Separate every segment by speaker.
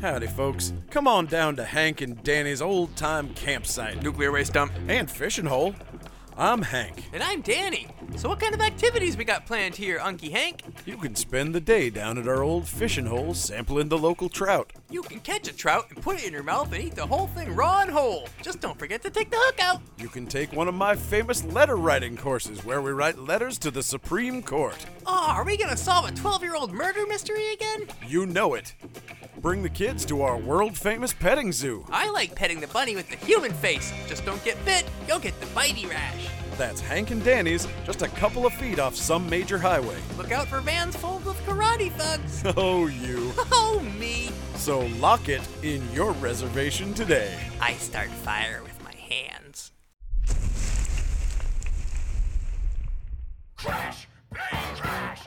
Speaker 1: Howdy, folks. Come on down to Hank and Danny's old time campsite
Speaker 2: Nuclear waste dump.
Speaker 1: and fishing hole. I'm Hank.
Speaker 2: And I'm Danny. So what kind of activities we got planned here, Unky Hank?
Speaker 1: You can spend the day down at our old fishing hole sampling the local trout.
Speaker 2: You can catch a trout and put it in your mouth and eat the whole thing raw and whole. Just don't forget to take the hook out.
Speaker 1: You can take one of my famous letter writing courses where we write letters to the Supreme Court.
Speaker 2: Oh, are we gonna solve a 12-year-old murder mystery again?
Speaker 1: You know it. Bring the kids to our world famous petting zoo.
Speaker 2: I like petting the bunny with the human face. Just don't get bit, you'll get the bitey rash.
Speaker 1: That's Hank and Danny's, just a couple of feet off some major highway.
Speaker 2: Look out for vans full of karate thugs.
Speaker 1: Oh, you.
Speaker 2: Oh me!
Speaker 1: So lock it in your reservation today.
Speaker 2: I start fire with my hands.
Speaker 3: Crash! Bang! Crash! Crash!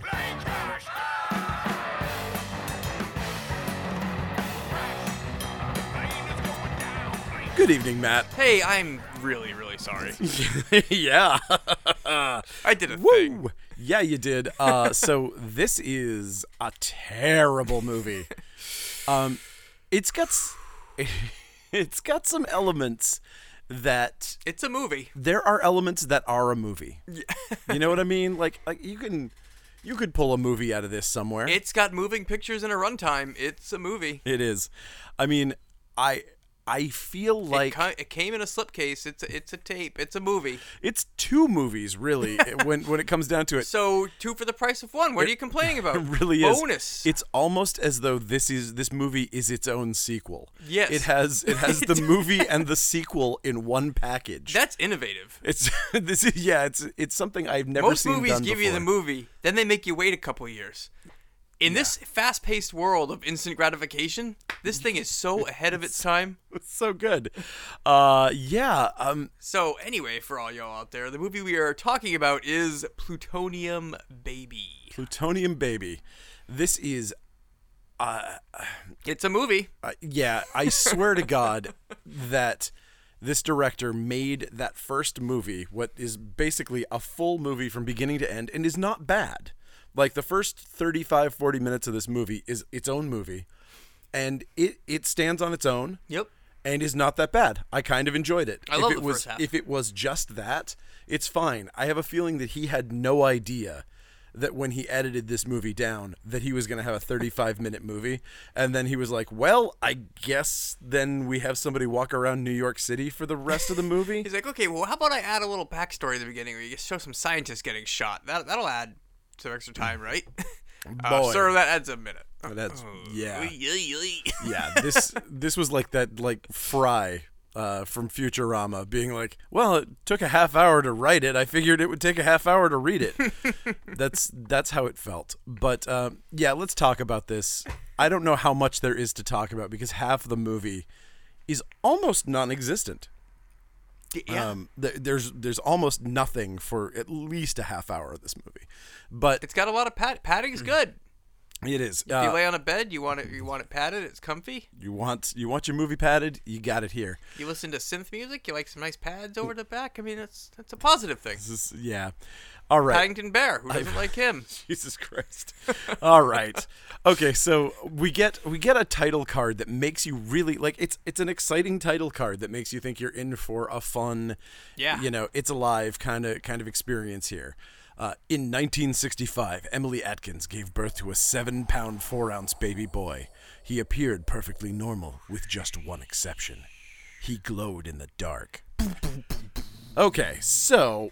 Speaker 3: Bang! Crash!
Speaker 1: Good evening, Matt.
Speaker 2: Hey, I'm really, really sorry.
Speaker 1: yeah.
Speaker 2: I did a thing.
Speaker 1: Woo! Yeah, you did. Uh, so this is a terrible movie. Um, it's got s- it's got some elements that
Speaker 2: It's a movie.
Speaker 1: there are elements that are a movie. you know what I mean? Like like you can you could pull a movie out of this somewhere.
Speaker 2: It's got moving pictures and a runtime. It's a movie.
Speaker 1: it is. I mean, I I feel like
Speaker 2: it, ca- it came in a slipcase. It's a, it's a tape. It's a movie.
Speaker 1: it's two movies really when when it comes down to it.
Speaker 2: So two for the price of one. What are you complaining about?
Speaker 1: It really
Speaker 2: Bonus.
Speaker 1: is. It's almost as though this is this movie is its own sequel.
Speaker 2: Yes.
Speaker 1: It has it has the movie and the sequel in one package.
Speaker 2: that's innovative.
Speaker 1: it's this is yeah, it's it's something I've never
Speaker 2: Most
Speaker 1: seen
Speaker 2: movies
Speaker 1: done
Speaker 2: give you the
Speaker 1: before.
Speaker 2: movie, then they make you wait a couple years. In this fast-paced world of instant gratification, this thing is so ahead of its time.
Speaker 1: It's so good. Uh yeah, um
Speaker 2: So anyway, for all y'all out there, the movie we are talking about is Plutonium Baby.
Speaker 1: Plutonium Baby. This is
Speaker 2: It's a movie.
Speaker 1: uh, yeah, I swear to God that this director made that first movie, what is basically a full movie from beginning to end, and is not bad. Like the first 35, 40 minutes of this movie is its own movie, and it, it stands on its own
Speaker 2: Yep.
Speaker 1: and is not that bad. I kind of enjoyed it.
Speaker 2: I love
Speaker 1: if it
Speaker 2: the
Speaker 1: was
Speaker 2: first half.
Speaker 1: if it was just that, it's fine. I have a feeling that he had no idea that when he edited this movie down that he was going to have a 35 minute movie and then he was like, "Well, I guess then we have somebody walk around New York City for the rest of the movie."
Speaker 2: He's like, okay, well, how about I add a little backstory at the beginning where you show some scientists getting shot? That that'll add some extra time, right? Uh,
Speaker 1: Mm. Boy.
Speaker 2: sir, that adds a minute.
Speaker 1: That's
Speaker 2: Oh,
Speaker 1: yeah.
Speaker 2: Oy, oy, oy.
Speaker 1: Yeah, this this was like that like Fry uh, from Futurama being like, "Well, it took a half hour to write it. I figured it would take a half hour to read it." that's that's how it felt. But um, yeah, let's talk about this. I don't know how much there is to talk about because half the movie is almost non-existent.
Speaker 2: yeah.
Speaker 1: Um, th- there's there's almost nothing for at least a half hour of this movie, but
Speaker 2: it's got a lot of pat. Padding's good.
Speaker 1: it is.
Speaker 2: If you
Speaker 1: mm. Uh,
Speaker 2: lay on a bed, you want it. You want it padded. It's comfy.
Speaker 1: you want you want your movie padded? You got it here.
Speaker 2: You listen to synth music. You like some nice pads over the back. I mean, that's that's a positive thing.
Speaker 1: This is- yeah. All right.
Speaker 2: Paddington Bear. Who doesn't like him?
Speaker 1: Jesus Christ. All right. Okay, so we get we get a title card that makes you really like it's it's an exciting title card that makes you think you're in for a fun
Speaker 2: Yeah.
Speaker 1: you know, it's alive kind of kind of experience here. Uh, in 1965, Emily Atkins gave birth to a seven pound, four ounce baby boy. He appeared perfectly normal, with just one exception. He glowed in the dark. Okay, so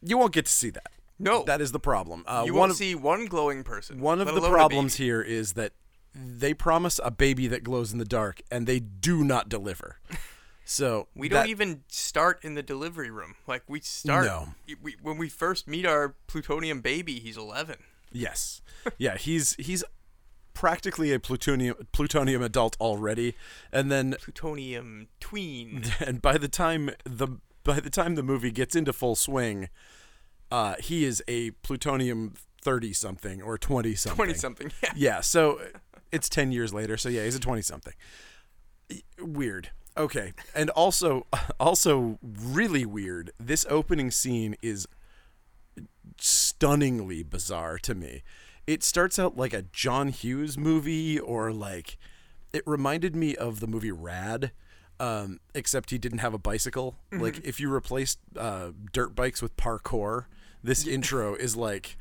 Speaker 1: you won't get to see that.
Speaker 2: No.
Speaker 1: That is the problem. Uh,
Speaker 2: You
Speaker 1: one
Speaker 2: won't
Speaker 1: of,
Speaker 2: see one glowing person.
Speaker 1: one of
Speaker 2: let
Speaker 1: the
Speaker 2: alone a
Speaker 1: problems
Speaker 2: baby.
Speaker 1: here is that they promise a baby that glows in the dark and they do not deliver. So
Speaker 2: We don't
Speaker 1: that-
Speaker 2: even start in the delivery room. Like we start.
Speaker 1: No.
Speaker 2: We, when we first meet our plutonium baby, he's 11.
Speaker 1: Yes. Yeah, he's he's practically a plutonium plutonium adult already, and then
Speaker 2: Plutonium tween.
Speaker 1: and by the time the by the time the movie gets into full swing, uh, he is a plutonium thirty something or twenty something.
Speaker 2: 20 something. Yeah.
Speaker 1: Yeah, so it's 10 years later. So yeah, he's a 20 something. Weird. Okay. And also also really weird. This opening scene is stunningly bizarre to me. It starts out like a John Hughes movie, or like it reminded me of the movie Rad, um, except he didn't have a bicycle. Like if you replaced uh, dirt bikes with parkour, this intro is like.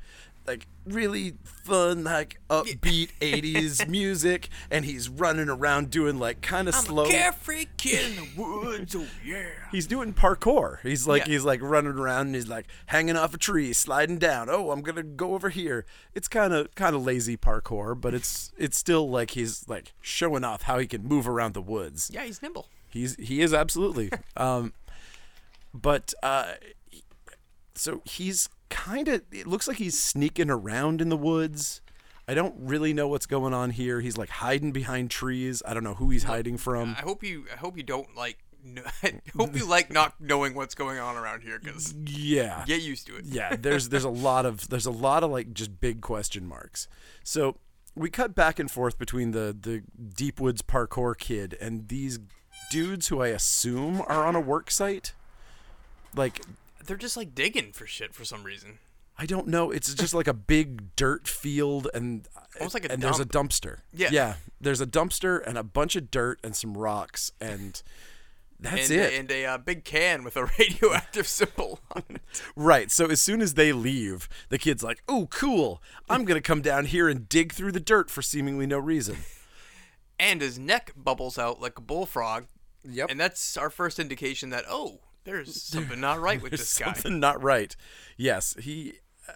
Speaker 1: Like really fun, like upbeat '80s music, and he's running around doing like kind of slow.
Speaker 2: Carefree kid in the woods, oh yeah.
Speaker 1: He's doing parkour. He's like
Speaker 2: Yeah.
Speaker 1: he's like running around and he's like hanging off a tree, sliding down. Oh, I'm gonna go over here. It's kind of kind of lazy parkour, but it's it's still like he's like showing off how he can move around the woods.
Speaker 2: Yeah, he's nimble.
Speaker 1: He's he is absolutely. um, but uh, so he's kind of. It looks like he's sneaking around in the woods. I don't really know what's going on here. He's like hiding behind trees. I don't know who he's hiding from.
Speaker 2: I hope you. I hope you don't like. kn- I hope you like not knowing what's going on around here, because
Speaker 1: Yeah.
Speaker 2: get used to it.
Speaker 1: yeah there's there's a lot of there's a lot of like just big question marks so we cut back and forth between the the deep woods parkour kid and these dudes who i assume are on a work site like
Speaker 2: They're just like digging for shit for some reason.
Speaker 1: i don't know it's just like a big dirt field and
Speaker 2: Almost like a
Speaker 1: and there's a dumpster
Speaker 2: Yeah.
Speaker 1: yeah there's a dumpster and a bunch of dirt and some rocks and that's
Speaker 2: and,
Speaker 1: it
Speaker 2: and a uh, big can with a radioactive symbol on it.
Speaker 1: Right. So as soon as they leave, the kid's like, "Oh, cool! I'm gonna come down here and dig through the dirt for seemingly no reason."
Speaker 2: And his neck bubbles out like a bullfrog.
Speaker 1: Yep.
Speaker 2: And that's our first indication that, oh, there's something not right with this guy.
Speaker 1: Something not right. Yes, he.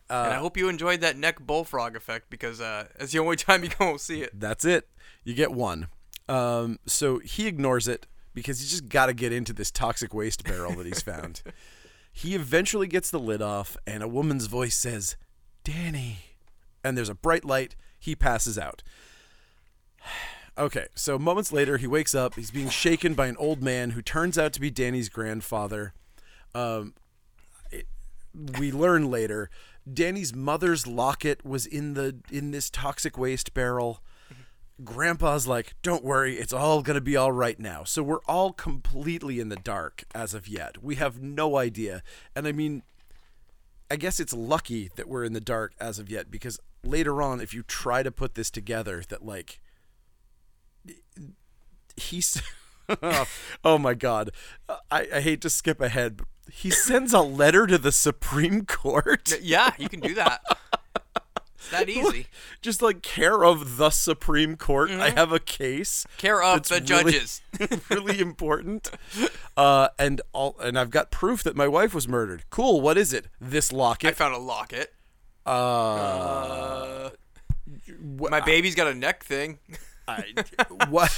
Speaker 2: and I hope you enjoyed that neck bullfrog effect because uh, that's the only time you gonna see it.
Speaker 1: That's it. You get one. Um, so he ignores it because he's just got to get into this toxic waste barrel that he's found. he eventually gets the lid off, and a woman's voice says, "Danny," and there's a bright light. He passes out. Okay, so moments later, he wakes up. He's being shaken by an old man who turns out to be Danny's grandfather. Um, it, we learn later Danny's mother's locket was in the in this toxic waste barrel. Grandpa's like, "Don't worry, it's all gonna be all right now." So we're all completely in the dark as of yet. We have no idea, and I mean, I guess it's lucky that we're in the dark as of yet because later on, if you try to put this together, that like he's oh my god I, I hate to skip ahead but he sends a letter to the supreme court
Speaker 2: Yeah, you can do that. it's that easy.
Speaker 1: just like care of the supreme court i have a case
Speaker 2: Mm-hmm. Care of
Speaker 1: that's
Speaker 2: the
Speaker 1: really-
Speaker 2: judges.
Speaker 1: really important uh and all and i've got proof that my wife was murdered cool what is it this
Speaker 2: I
Speaker 1: locket
Speaker 2: found a locket. Uh,
Speaker 1: wh-
Speaker 2: my baby's got a neck thing.
Speaker 1: I- what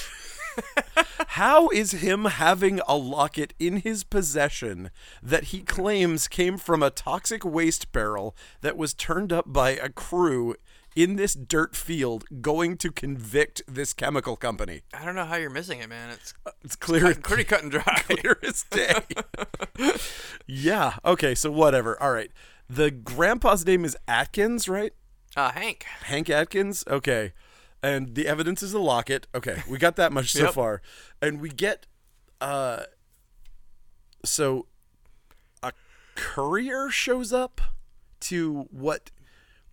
Speaker 1: how is him having a locket in his possession that he claims came from a toxic waste barrel that was turned up by a crew in this dirt field going to convict this chemical company
Speaker 2: I don't know how you're missing it, man. It's
Speaker 1: it's clear
Speaker 2: pretty cut and dry.
Speaker 1: clear as day. yeah. Okay. So whatever. All right. The grandpa's name is Atkins, right?
Speaker 2: Uh, Hank.
Speaker 1: Hank Atkins. Okay. And the evidence is a locket. Okay. We got that much so
Speaker 2: Yep.
Speaker 1: far. And we get, uh, so a courier shows up to what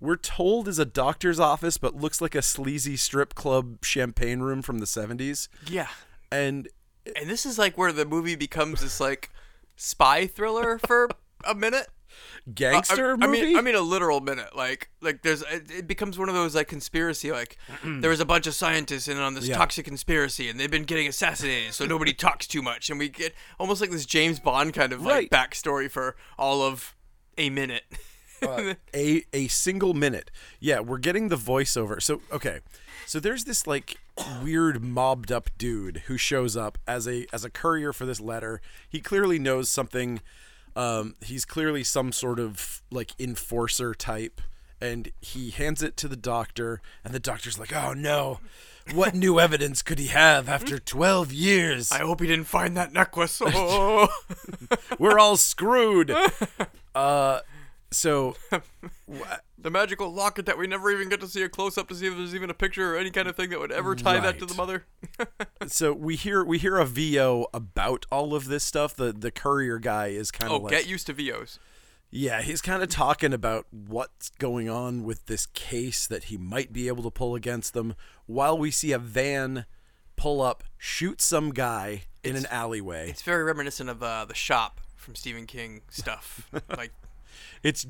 Speaker 1: we're told is a doctor's office, but looks like a sleazy strip club champagne room from the 70s.
Speaker 2: Yeah. Uh,
Speaker 1: And
Speaker 2: And this is like where the movie becomes this like spy thriller for a minute.
Speaker 1: gangster
Speaker 2: I, I
Speaker 1: movie?
Speaker 2: mean, I mean a literal minute. Like, like there's, it, it becomes one of those like conspiracy. Like, there was a bunch of scientists in on this
Speaker 1: Yeah.
Speaker 2: toxic conspiracy, and they've been getting assassinated, so nobody talks too much. And we get almost like this James Bond kind of like
Speaker 1: Right.
Speaker 2: backstory for all of a minute.
Speaker 1: a a single minute. Yeah, we're getting the voiceover. So okay, so there's this like weird mobbed up dude who shows up as a as a courier for this letter. He clearly knows something. Um, he's clearly some sort of like enforcer type, and he hands it to the doctor, and the doctor's like, "Oh no, what new evidence could he have after twelve years?"
Speaker 2: I hope he didn't find that necklace. Oh.
Speaker 1: We're all screwed. Uh, so
Speaker 2: the magical locket that we never even get to see a close up to see if there's even a picture or any kind of thing that would ever tie that to
Speaker 1: Right.
Speaker 2: the mother.
Speaker 1: so we hear we hear a VO about all of this stuff. The the courier guy is kind
Speaker 2: Oh,
Speaker 1: of like
Speaker 2: get used to VOs.
Speaker 1: Yeah, he's kind of talking about what's going on with this case that he might be able to pull against them while we see a van pull up, shoot some guy in an alleyway. It's,
Speaker 2: It's very reminiscent of uh, the shop from Stephen King stuff. like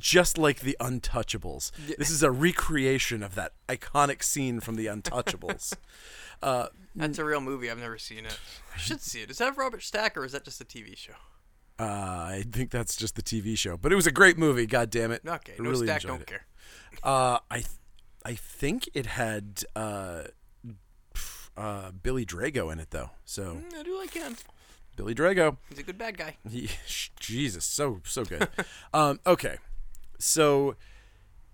Speaker 1: just like The Untouchables. This is a recreation of that iconic scene from The Untouchables. Mm.
Speaker 2: that's a real movie. I've never seen it. I should see it. Is that Robert Stack or is that just a TV show?
Speaker 1: uh, I think that's just the TV show, but it was a great movie. God damn it!
Speaker 2: Okay,
Speaker 1: I
Speaker 2: no
Speaker 1: really
Speaker 2: Stack,
Speaker 1: enjoyed
Speaker 2: don't
Speaker 1: it.
Speaker 2: care.
Speaker 1: Uh, I, th- I think it had uh, pff, uh, Billy Drago in it though. So
Speaker 2: Mm, I do like him.
Speaker 1: Billy Drago.
Speaker 2: He's a good bad guy.
Speaker 1: He, Jesus, so so good. um, okay, so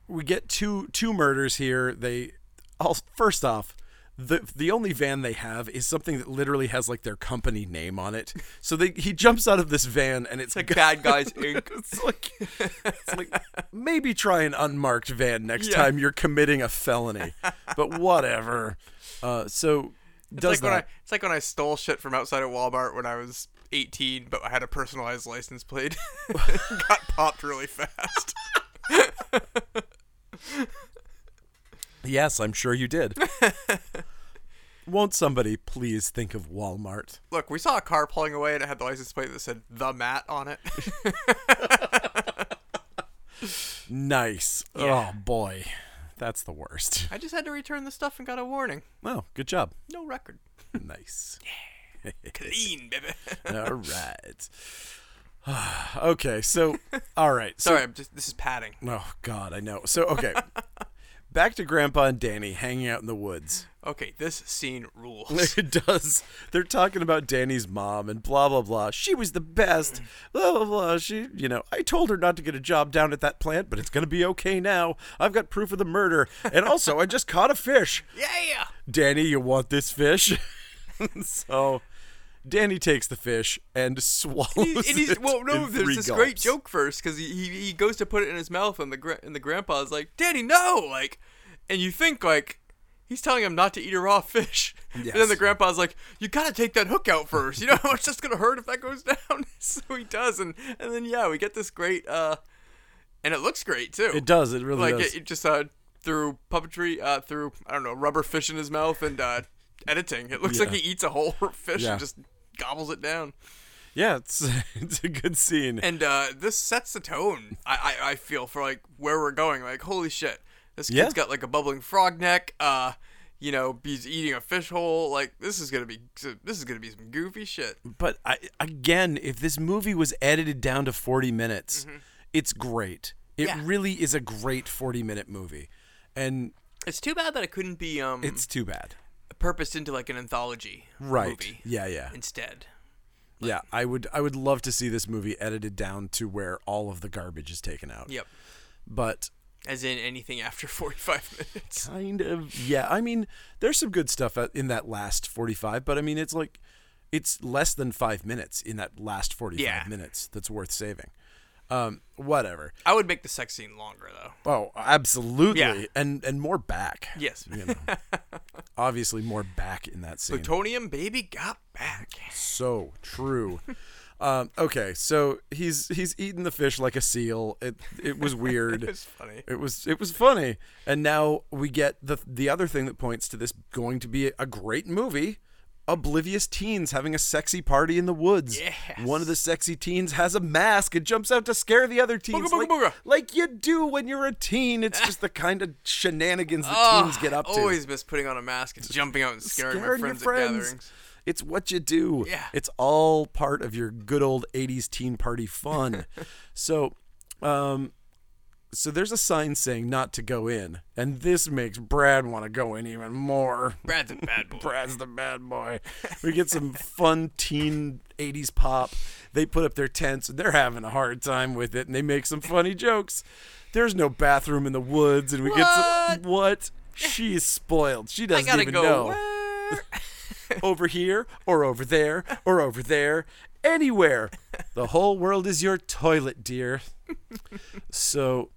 Speaker 1: we get two two murders here. They all first off, the the only van they have is something that literally has like their company name on it. So they he jumps out of this van and it's like
Speaker 2: Bad guys Inc.
Speaker 1: it's like it's like maybe try an unmarked van next
Speaker 2: Yeah.
Speaker 1: time you're committing a felony. But whatever. Uh, so does
Speaker 2: it's like
Speaker 1: that.
Speaker 2: When I, it's like when I stole shit from outside of Walmart when I was 18, but I had a personalized license plate. Got popped really fast.
Speaker 1: Yes, I'm sure you did. Won't somebody please think of Walmart?
Speaker 2: Look, we saw a car pulling away, and it had the license plate that said "The Mat" on it.
Speaker 1: Nice.
Speaker 2: Yeah.
Speaker 1: Oh boy. That's the worst.
Speaker 2: I just had to return the stuff and got a warning.
Speaker 1: Oh, good job.
Speaker 2: No record.
Speaker 1: Nice.
Speaker 2: Clean, baby.
Speaker 1: All right. okay, so all right. So
Speaker 2: Sorry, I'm just, this is padding.
Speaker 1: Oh god, I know. So okay. Back to Grandpa and Danny hanging out in the woods.
Speaker 2: Okay, this scene rules.
Speaker 1: It does. They're talking about Danny's mom and blah blah blah. She was the best. Blah blah blah. She, you know, I told her not to get a job down at that plant, but it's gonna be okay now. I've got proof of the murder, and also I just caught a fish.
Speaker 2: yeah.
Speaker 1: Danny, you want this fish? so, Danny takes the fish and swallows
Speaker 2: He's, and he's
Speaker 1: it.
Speaker 2: well, no.
Speaker 1: in three
Speaker 2: There's this
Speaker 1: gulps.
Speaker 2: great joke first because he, he he goes to put it in his mouth, and the gra- and the grandpa's like, "Daddy, no!" Like, and you think like he's telling him not to eat a raw fish, and then the
Speaker 1: Yes.
Speaker 2: grandpa's like, "You gotta take that hook out first. You know how much that's gonna hurt if that goes down." so he does, and and then yeah, we get this great uh, and it looks great too.
Speaker 1: It does. It really
Speaker 2: like
Speaker 1: does.
Speaker 2: it, it just uh through puppetry, uh through I don't know rubber fish in his mouth and uh editing. It looks like
Speaker 1: Yeah.
Speaker 2: he eats a whole fish
Speaker 1: Yeah.
Speaker 2: and just gobbles it down.
Speaker 1: yeah, it's it's a good scene.
Speaker 2: And uh, this sets the tone. I, I I feel for like where we're going. Like holy shit, this kid's
Speaker 1: Yeah.
Speaker 2: got like a bubbling frog neck. Uh, you know, he's eating a fish hole. Like this is gonna be this is gonna be some goofy shit.
Speaker 1: but I, again, if this movie was edited down to 40 minutes, it's great. It
Speaker 2: Mm-hmm. Yeah.
Speaker 1: really is a great 40 minute movie. And
Speaker 2: It's too bad that it couldn't be um
Speaker 1: it's too bad.
Speaker 2: purposed into like an anthology
Speaker 1: Right.
Speaker 2: movie
Speaker 1: Yeah, yeah.
Speaker 2: instead.
Speaker 1: Yeah, I would I would love to see this movie edited down to where all of the garbage is taken out.
Speaker 2: Yep.
Speaker 1: But
Speaker 2: As in anything after 45 minutes.
Speaker 1: kind of yeah, I mean, there's some good stuff at- in that last 45, but I mean, it's like it's less than 5 minutes in that last 45
Speaker 2: Yeah.
Speaker 1: minutes that's worth saving. Um whatever.
Speaker 2: I would make the sex scene longer though.
Speaker 1: Oh, absolutely.
Speaker 2: Yeah.
Speaker 1: And and more back.
Speaker 2: Yes.
Speaker 1: You know. Obviously more back in that scene.
Speaker 2: Plutonium baby got back.
Speaker 1: so true. Um, okay, so he's he's eating the fish like a seal. It it was weird.
Speaker 2: It's funny.
Speaker 1: It was it was funny. And now we get the the other thing that points to this going to be a great movie. Oblivious teens having a sexy party in the woods. One of the sexy teens has a mask and jumps out to scare the other teens.
Speaker 2: Booga, booga,
Speaker 1: like,
Speaker 2: booga. Eh.
Speaker 1: like you do when you're a teen. It's just the kind of shenanigans the teens get up to.
Speaker 2: Ah, Always miss putting on a mask and jumping out and scaring,
Speaker 1: Scaring
Speaker 2: my
Speaker 1: your
Speaker 2: friends, at
Speaker 1: friends.
Speaker 2: gatherings.
Speaker 1: It's what you do.
Speaker 2: Yeah.
Speaker 1: It's all part of your good old 80s teen party fun. so, um, so there's a sign saying not to go in, and this makes Brad want to go in even more.
Speaker 2: Brad's a bad boy.
Speaker 1: Brad's the bad boy. We get some fun teen 80s pop. They put up their tents and they're having a hard time with it and they make some funny jokes. There's no bathroom in the woods and we get some, what? She's spoiled. She
Speaker 2: I
Speaker 1: doesn't
Speaker 2: gotta
Speaker 1: even
Speaker 2: go.
Speaker 1: know
Speaker 2: Where?
Speaker 1: over here or over there or over there, anywhere. The whole world is your toilet, dear. So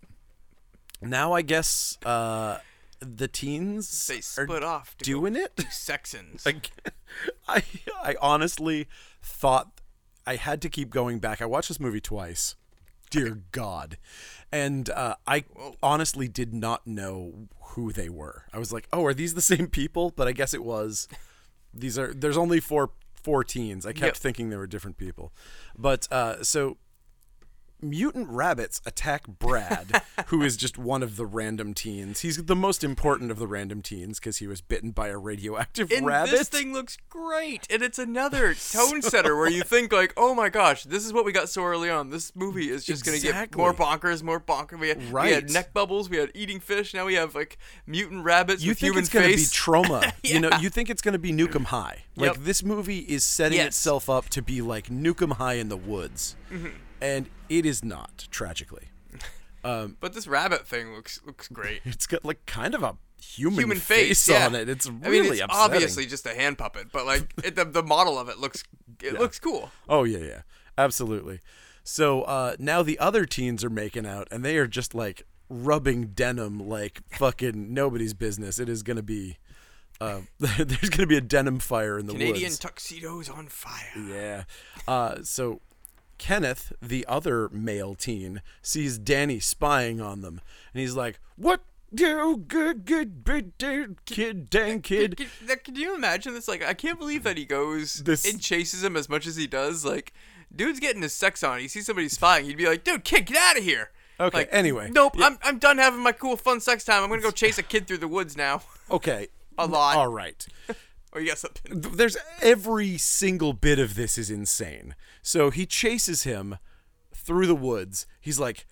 Speaker 1: now I guess uh, the teens
Speaker 2: They
Speaker 1: are
Speaker 2: split off. To
Speaker 1: doing it.
Speaker 2: go sexins.
Speaker 1: Like, I I honestly thought I had to keep going back. I watched this movie twice dear God. And uh, I honestly did not know who they were. I was like, oh, are these the same people? But I guess it was. These are there's only four four teens. I kept
Speaker 2: Yep.
Speaker 1: thinking they were different people, but uh, so mutant rabbits attack Brad, who is just one of the random teens. He's the most important of the random teens because he was bitten by a radioactive
Speaker 2: And
Speaker 1: rabbit.
Speaker 2: this thing looks great, and it's another tone setter where you think like, "Oh my gosh, this is what we got so early on. This movie is just going to get
Speaker 1: Exactly.
Speaker 2: more bonkers, more bonkers." We had, we
Speaker 1: Right.
Speaker 2: had neck bubbles, we had eating fish. Now we have like mutant rabbits
Speaker 1: you
Speaker 2: with
Speaker 1: think
Speaker 2: human
Speaker 1: it's going to be
Speaker 2: face.
Speaker 1: trauma. You know, you think it's going to be Nukem High. Like
Speaker 2: Yep.
Speaker 1: this movie is setting
Speaker 2: Yes. Mm-hmm.
Speaker 1: itself up to be like Nukem High in the woods, and it is not. Tragically,
Speaker 2: but this rabbit thing looks looks great.
Speaker 1: it's got like kind of a human,
Speaker 2: Human face,
Speaker 1: on
Speaker 2: yeah.
Speaker 1: it. It's really
Speaker 2: I mean, it's
Speaker 1: upsetting.
Speaker 2: obviously just a hand puppet, but like it, the, the model of it looks it looks cool.
Speaker 1: Oh yeah, yeah, absolutely. So uh, now the other teens are making out, and they are just like rubbing denim like fucking nobody's business. It is gonna be, uh, there's gonna be a denim fire in the
Speaker 2: Canadian
Speaker 1: woods.
Speaker 2: tuxedos on fire.
Speaker 1: yeah. Uh, so Kenneth, the other male teen, sees Danny spying on them, and he's like, "What?" Do good, good, big, dang kid, dang kid.
Speaker 2: Can, can you imagine this? Like, I can't believe that he goes
Speaker 1: This-
Speaker 2: and chases him as much as he does. Like, dude's getting his sex on. He sees somebody spying. He'd be like, "Dude, kid, get out of here."
Speaker 1: Okay,
Speaker 2: Like,
Speaker 1: anyway.
Speaker 2: Nope. I'm I'm done having my cool, fun sex time. I'm gonna go chase a kid through the woods now.
Speaker 1: Okay,
Speaker 2: A lot.
Speaker 1: All right.
Speaker 2: oh, you got something.
Speaker 1: th- there's every single bit of this is insane. So he chases him through the woods. He's like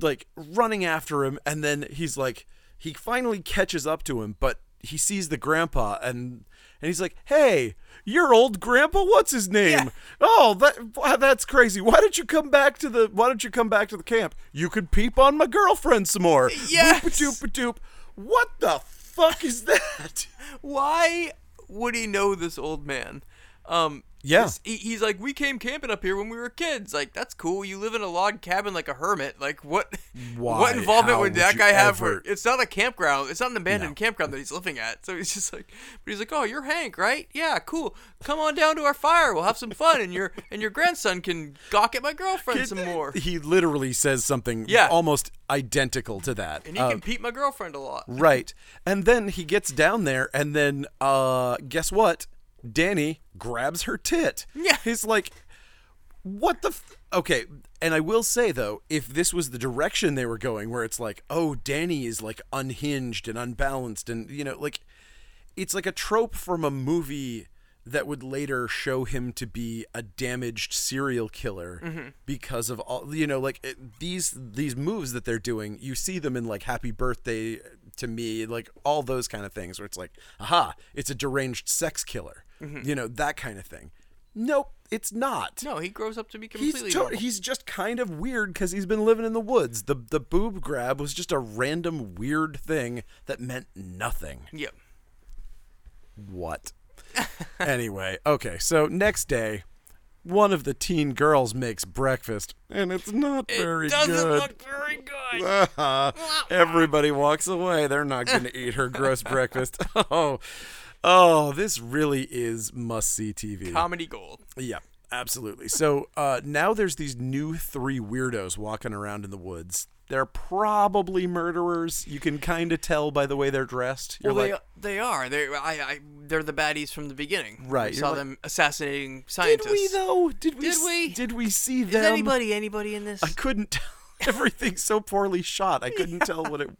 Speaker 1: like running after him and then he's like he finally catches up to him, but he sees the grandpa and and he's like, "Hey, your old grandpa, what's his name? Oh, that wow, that's crazy. Why don't you come back to the why don't you come back to the camp? You could peep on my girlfriend some more."
Speaker 2: Yes.
Speaker 1: Boop-a-doop-a-doop. What the fuck is that?
Speaker 2: Why would he know this old man? Um.
Speaker 1: Yeah.
Speaker 2: it's- He, he's like, we came camping up here when we were kids. Like, that's cool. You live in a log cabin like a hermit. Like, what?
Speaker 1: Why?
Speaker 2: What involvement
Speaker 1: How
Speaker 2: would
Speaker 1: would
Speaker 2: that
Speaker 1: you
Speaker 2: guy have?
Speaker 1: ever-
Speaker 2: For, it's not a campground. It's not an abandoned
Speaker 1: No.
Speaker 2: campground that he's living at. So he's just like, but he's like, oh, you're Hank, right? Yeah, cool. Come on down to our fire. We'll have some fun, and your and your grandson can gawk at my girlfriend some more,
Speaker 1: He literally says something
Speaker 2: Yeah.
Speaker 1: almost identical to that.
Speaker 2: and he
Speaker 1: Uh,
Speaker 2: can peep my girlfriend a lot.
Speaker 1: right. And then he gets down there and then uh guess what? Danny grabs her tit.
Speaker 2: Yeah.
Speaker 1: He's like what the f- Okay, and I will say though, if this was the direction they were going where it's like, "Oh, Danny is like unhinged and unbalanced and you know, like it's like a trope from a movie that would later show him to be a damaged serial killer
Speaker 2: Mm-hmm.
Speaker 1: because of all you know like it, these these moves that they're doing you see them in like happy birthday to me like all those kind of things where it's like aha it's a deranged sex killer you know that kind of thing nope it's not
Speaker 2: Mm-hmm. No, he grows up to be
Speaker 1: He's,
Speaker 2: completely
Speaker 1: to-
Speaker 2: normal.
Speaker 1: he's just kind of weird because he's been living in the woods. The the boob grab was just a random weird thing that meant nothing
Speaker 2: Yep.
Speaker 1: what? anyway, okay, so next day, one of the teen girls makes breakfast, and it's not very
Speaker 2: Doesn't
Speaker 1: good.
Speaker 2: look very good.
Speaker 1: Everybody walks away. They're not going to eat her gross breakfast. Oh, oh, this really is must see TV.
Speaker 2: Comedy gold.
Speaker 1: Yeah, absolutely. So uh, now there's these new three weirdos walking around in the woods. They're probably murderers. You can kind of tell by the way they're dressed. You're
Speaker 2: Well,
Speaker 1: like,
Speaker 2: they they are. They I, I they're the baddies from the beginning.
Speaker 1: Right,
Speaker 2: We
Speaker 1: you're
Speaker 2: saw
Speaker 1: like-
Speaker 2: them assassinating
Speaker 1: did
Speaker 2: scientists.
Speaker 1: we though? Did we?
Speaker 2: Did
Speaker 1: s-
Speaker 2: we?
Speaker 1: Did we see them?
Speaker 2: Is anybody anybody in this?
Speaker 1: I couldn't tell. Everything's so poorly shot. I couldn't tell what it.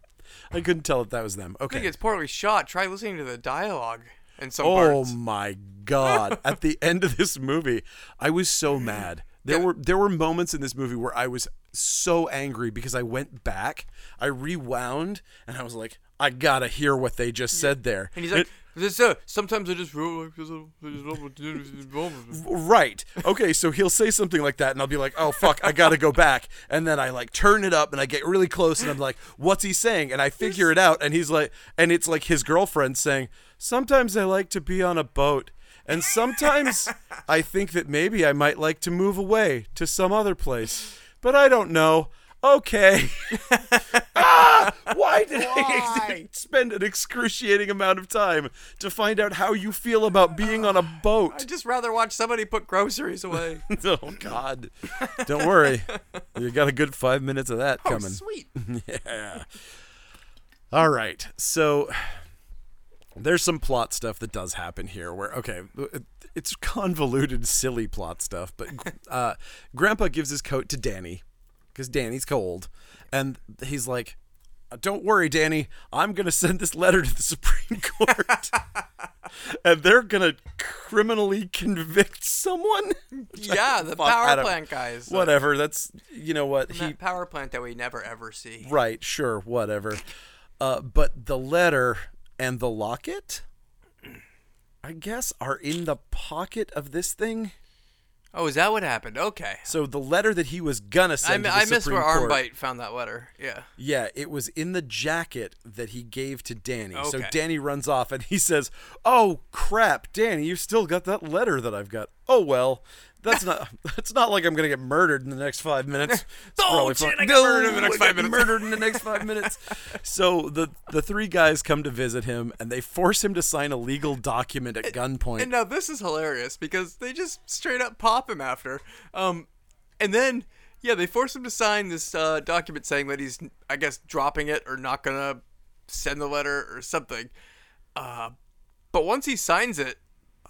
Speaker 1: I couldn't tell if that was them.
Speaker 2: I think
Speaker 1: Okay.
Speaker 2: it's poorly shot. Try listening to the dialogue in some
Speaker 1: Oh
Speaker 2: parts.
Speaker 1: my god! At the end of this movie, I was so mad. There were there were moments in this movie where I was so angry because I went back, I rewound, and I was like, I gotta hear what they just said there.
Speaker 2: And he's like, this, uh, sometimes I just roll like this. uh, this rubber- this rubber-
Speaker 1: Right. Okay, so he'll say something like that, and I'll be like, oh, fuck, I gotta go back. And then I like turn it up and I get really close and I'm like, what's he saying? And I figure it out, and he's like, and it's like his girlfriend saying, sometimes I like to be on a boat. And sometimes I think that maybe I might like to move away to some other place, but I don't know. okay. ah, why did I
Speaker 4: Why?
Speaker 1: spend an excruciating amount of time to find out how you feel about being on a boat?
Speaker 2: I'd just rather watch somebody put groceries away.
Speaker 1: oh God! Don't worry, you got a good five minutes of that
Speaker 4: Oh,
Speaker 1: coming.
Speaker 4: sweet.
Speaker 1: Yeah. All right. So there's some plot stuff that does happen here where okay, it's convoluted silly plot stuff, but uh grandpa gives his coat to Danny cuz Danny's cold and he's like don't worry, Danny. I'm going to send this letter to the Supreme Court. and they're going to criminally convict someone.
Speaker 2: yeah, the
Speaker 1: Fuck, I
Speaker 2: power
Speaker 1: don't-
Speaker 2: plant guys.
Speaker 1: Whatever. That's, you know what? He
Speaker 2: That power plant that we never ever see.
Speaker 1: Right, sure, whatever. Uh, but the letter and the locket, I guess, are in the pocket of this thing.
Speaker 2: Oh, is that what happened? Okay.
Speaker 1: So the letter that he was gonna
Speaker 2: I,
Speaker 1: send
Speaker 2: mi-
Speaker 1: to the
Speaker 2: I missed
Speaker 1: Supreme
Speaker 2: where
Speaker 1: Court-
Speaker 2: Armbite found that letter. Yeah.
Speaker 1: Yeah, it was in the jacket that he gave to Danny. So
Speaker 2: Okay.
Speaker 1: Danny runs off and he says, "Oh crap, Danny, you still got that letter that I've got. Oh well, that's not. That's not like I'm gonna get murdered in the next five minutes. It's
Speaker 2: Oh,
Speaker 1: probably
Speaker 2: shit,
Speaker 1: fine.
Speaker 2: I got
Speaker 1: No,
Speaker 2: murdered in the next
Speaker 1: I got
Speaker 2: five minutes.
Speaker 1: Murdered in the next five minutes. So the the three guys come to visit him and they force him to sign a legal document at gunpoint.
Speaker 2: And now this is hilarious because they just straight up pop him after. Um, and then yeah, they force him to sign this uh, document saying that he's, I guess, dropping it or not gonna send the letter or something. Uh, but once he signs it,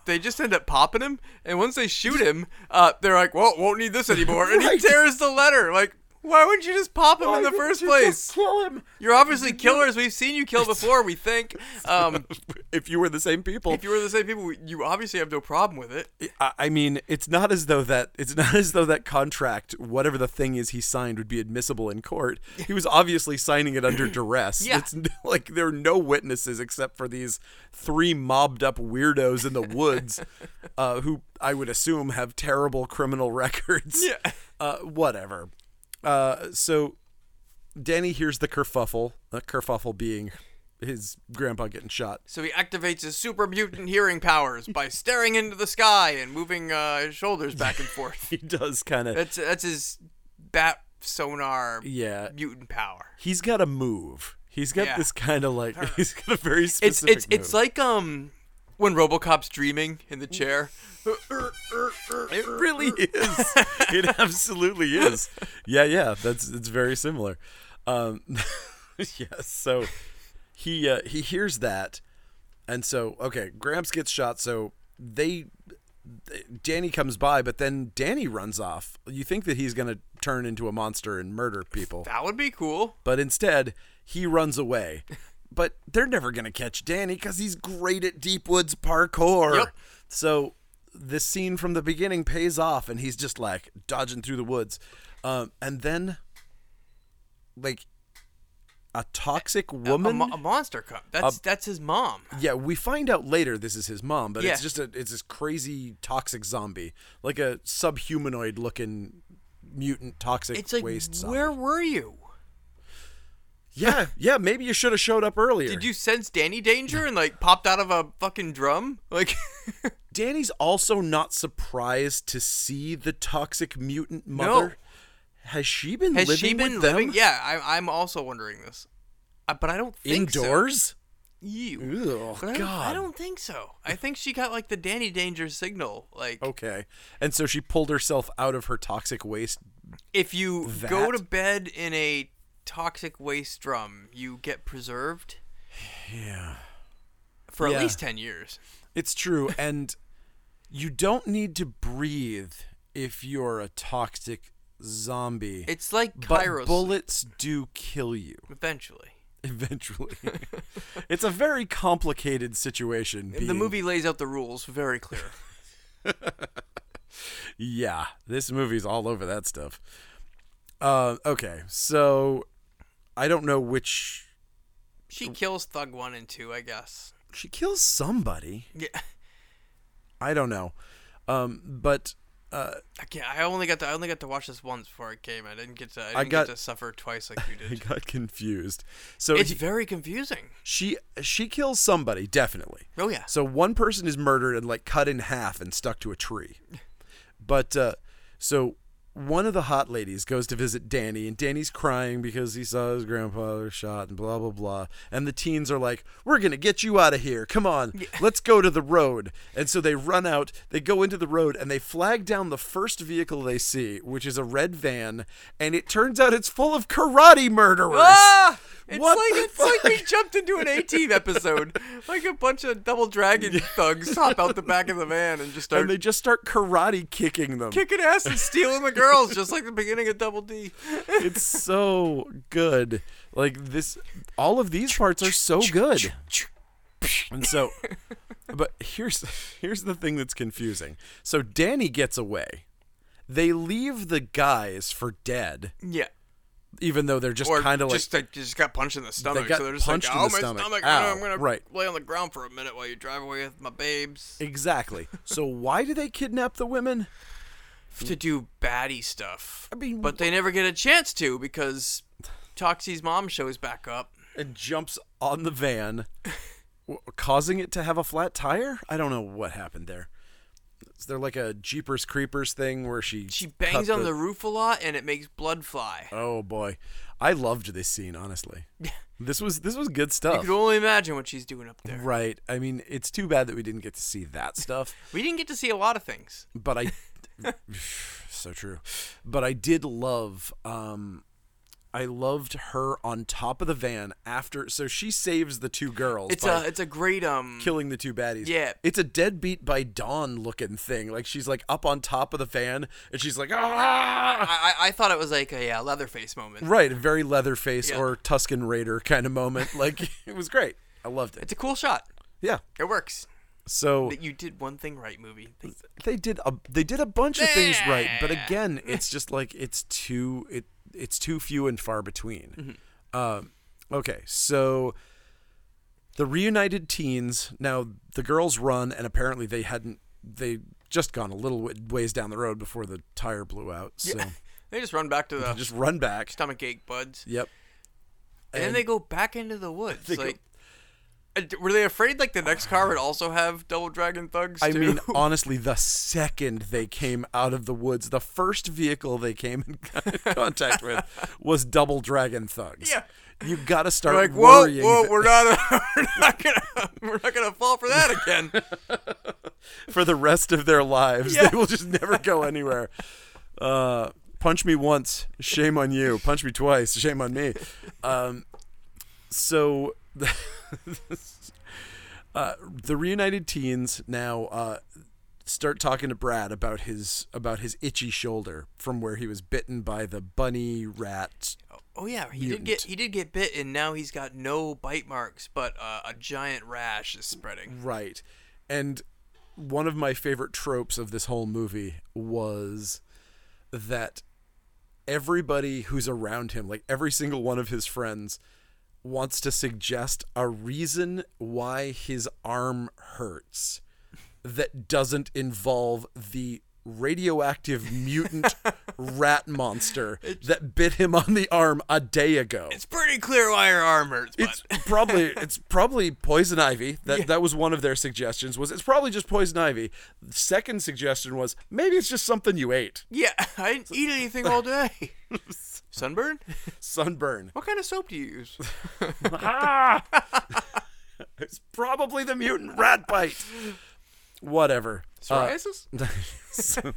Speaker 2: they just end up popping him. And once they shoot him, uh, they're like, "Well, won't need this anymore," and
Speaker 1: Right.
Speaker 2: he tears the letter. Like, why wouldn't you just pop him
Speaker 1: Why
Speaker 2: in the
Speaker 1: didn't
Speaker 2: first
Speaker 1: you
Speaker 2: place?
Speaker 1: just kill him.
Speaker 2: You're obviously killers. We've seen you kill before. We think. Um,
Speaker 1: If you were the same people,
Speaker 2: if you were the same people, you obviously have no problem with it.
Speaker 1: I I mean, it's not as though that it's not as though that contract, whatever the thing is he signed, would be admissible in court. He was obviously signing it under duress.
Speaker 2: Yeah.
Speaker 1: It's n- like there are no witnesses except for these three mobbed up weirdos in the woods, uh, who I would assume have terrible criminal records.
Speaker 2: Yeah.
Speaker 1: Uh, whatever. Uh, so Danny hears the kerfuffle. The kerfuffle being his grandpa getting shot.
Speaker 2: So he activates his super mutant hearing powers by staring into the sky and moving uh, his shoulders back and forth.
Speaker 1: He does kind of.
Speaker 2: That's that's his bat sonar
Speaker 1: Yeah.
Speaker 2: mutant power.
Speaker 1: he's got a move. He's got
Speaker 2: Yeah.
Speaker 1: this kind of like he's got a very
Speaker 2: It's
Speaker 1: specific.
Speaker 2: it's it's like um when RoboCop's dreaming in the chair. it
Speaker 1: it really is. it absolutely is. Yeah, yeah. That's it's very similar. Um, yes. so he uh, he hears that, and so okay, Gramps gets shot. So they. Danny comes by, but then Danny runs off. You think that he's going to turn into a monster and murder people.
Speaker 2: that would be cool.
Speaker 1: but instead he runs away. But they're never gonna catch Danny because he's great at deep woods parkour.
Speaker 2: Yep.
Speaker 1: So this scene from the beginning pays off, and he's just like dodging through the woods, um, and then like a toxic
Speaker 2: A,
Speaker 1: woman.
Speaker 2: mo- um, a monster cop. That's that's his mom.
Speaker 1: yeah, we find out later this is his mom, but
Speaker 2: Yeah.
Speaker 1: it's just a it's this crazy toxic zombie, like a subhumanoid looking mutant toxic
Speaker 2: It's like
Speaker 1: waste zombie.
Speaker 2: where were you?
Speaker 1: Yeah, yeah. Maybe you should have showed up earlier.
Speaker 2: Did you sense Danny danger and like popped out of a fucking drum? Like
Speaker 1: Danny's also not surprised to see the toxic mutant mother. Has she been
Speaker 2: Has
Speaker 1: living
Speaker 2: she been
Speaker 1: with
Speaker 2: living?
Speaker 1: them
Speaker 2: Yeah, I, I'm also wondering this, I, but I don't think so.
Speaker 1: indoors?
Speaker 2: You.
Speaker 1: Ew,
Speaker 2: But I, don't,
Speaker 1: God.
Speaker 2: I don't think so. I think she got like the Danny Danger signal. Like,
Speaker 1: Okay. And so she pulled herself out of her toxic waste.
Speaker 2: if you go
Speaker 1: That-
Speaker 2: to bed in a toxic waste drum, you get preserved. Yeah. For
Speaker 1: Yeah.
Speaker 2: at least ten years.
Speaker 1: It's true. And you don't need to breathe if you're a toxic zombie.
Speaker 2: It's like
Speaker 1: but
Speaker 2: Kairos
Speaker 1: bullets do kill you
Speaker 2: eventually.
Speaker 1: eventually. it's a very complicated situation.
Speaker 2: And The
Speaker 1: being-
Speaker 2: movie lays out the rules very clear.
Speaker 1: Yeah, this movie's all over that stuff. Uh, okay, so I don't know which
Speaker 2: she kills Thug One and Two, I guess.
Speaker 1: she kills somebody.
Speaker 2: Yeah.
Speaker 1: I don't know, um, but
Speaker 2: I can't. I only got to. I only got to watch this once before it came. I didn't get to. I, didn't
Speaker 1: got-
Speaker 2: get to suffer twice like you
Speaker 1: I
Speaker 2: did.
Speaker 1: got confused. So
Speaker 2: It's
Speaker 1: he-
Speaker 2: very confusing.
Speaker 1: she she kills somebody definitely.
Speaker 2: Oh yeah.
Speaker 1: So one person is murdered and like cut in half and stuck to a tree, but uh, so one of the hot ladies goes to visit Danny, and Danny's crying because he saw his grandfather shot and blah blah blah. And the teens are like, "We're gonna get you out of here! Come on, let's go to the road." And so they run out. They go into the road and they flag down the first vehicle they see, which is a red van, and it turns out it's full of karate murderers.
Speaker 2: Ah! It's
Speaker 1: What
Speaker 2: like
Speaker 1: the
Speaker 2: it's like we jumped into an 18 episode. like a bunch of double dragon thugs hop out the back of the van and just start
Speaker 1: And they just start karate kicking them.
Speaker 2: kicking ass and stealing the girls, just like the beginning of Double D.
Speaker 1: It's so good. Like this, all of these parts are so good. And so, but here's here's the thing that's confusing. So Danny gets away. They leave the guys for dead,
Speaker 2: yeah.
Speaker 1: even though they're just
Speaker 2: Or
Speaker 1: kind of like
Speaker 2: just like just got punched in the stomach.
Speaker 1: got
Speaker 2: so they're just
Speaker 1: punched in
Speaker 2: like, oh,
Speaker 1: the
Speaker 2: my
Speaker 1: stomach.
Speaker 2: stomach.
Speaker 1: Ow,
Speaker 2: I'm gonna
Speaker 1: right.
Speaker 2: lay on the ground for a minute while you drive away with my babes
Speaker 1: exactly. So why do they kidnap the women?
Speaker 2: to do baddie stuff. I
Speaker 1: mean,
Speaker 2: but they never get a chance to because Toxie's mom shows back up.
Speaker 1: And jumps on the van, w- causing it to have a flat tire. I don't know what happened there. Is there like a Jeepers Creepers thing where she
Speaker 2: She
Speaker 1: cut
Speaker 2: bangs on the roof a lot, and it makes blood fly.
Speaker 1: Oh boy, I loved this scene. Honestly, this was this was good stuff.
Speaker 2: You can only imagine what she's doing up there.
Speaker 1: Right. I mean, it's too bad that we didn't get to see that stuff,
Speaker 2: We didn't get to see a lot of things.
Speaker 1: but I so true. But I did love um I loved her on top of the van after so she saves the two girls
Speaker 2: It's
Speaker 1: by
Speaker 2: a it's a great um.
Speaker 1: killing the two baddies.
Speaker 2: Yeah.
Speaker 1: It's a deadbeat by dawn looking thing. Like she's like up on top of the van and she's like ah
Speaker 2: I, I I thought it was like a uh, Leatherface moment.
Speaker 1: Right, a very Leatherface
Speaker 2: Yeah.
Speaker 1: or Tuscan Raider kind of moment. Like it was great. I loved it.
Speaker 2: It's a cool shot.
Speaker 1: Yeah.
Speaker 2: It works.
Speaker 1: So
Speaker 2: That you did one thing right, movie. They-
Speaker 1: they did a they did a bunch of things right, but again, it's just like it's too it it's too few and far between. Um, okay, so the reunited teens now the girls run, and apparently they hadn't they just gone a little wa- ways down the road before the tire blew out. So
Speaker 2: They just run back to the
Speaker 1: just run back.
Speaker 2: stomach ache buds,
Speaker 1: Yep.
Speaker 2: and, then they go back into the woods.
Speaker 1: go-
Speaker 2: Like, uh, d- were they afraid like the next car would also have double dragon thugs?
Speaker 1: I
Speaker 2: too?
Speaker 1: mean, honestly, the second they came out of the woods, the first vehicle they came in contact with was Double Dragon Thugs.
Speaker 2: Yeah.
Speaker 1: You gotta start
Speaker 2: like whoa,
Speaker 1: worrying.
Speaker 2: whoa,
Speaker 1: that-
Speaker 2: we're not, we're not gonna, we're not gonna fall for that again.
Speaker 1: for the rest of their lives.
Speaker 2: Yeah.
Speaker 1: They will just never go anywhere. Uh, punch me once, shame on you. Punch me twice, shame on me. Um, so, uh, the reunited teens now uh, start talking to Brad about his about his itchy shoulder from where he was bitten by the bunny rat.
Speaker 2: Oh yeah, he did get he did get bit, and now he's got no bite marks, but uh, a giant rash is spreading.
Speaker 1: Right, and one of my favorite tropes of this whole movie was that everybody who's around him, like every single one of his friends, wants to suggest a reason why his arm hurts that doesn't involve the radioactive mutant rat monster that bit him on the arm a day ago.
Speaker 2: It's pretty clear why your arm hurts, but
Speaker 1: It's probably it's probably poison ivy. That that was one of their suggestions. Was it's probably just poison ivy. The second suggestion was maybe it's just something you ate.
Speaker 2: yeah, I didn't eat anything all day. Sunburn?
Speaker 1: Sunburn.
Speaker 2: What kind of soap do you use?
Speaker 1: It's probably the mutant rat bite. Whatever. Uh,
Speaker 2: Psoriasis?
Speaker 1: so,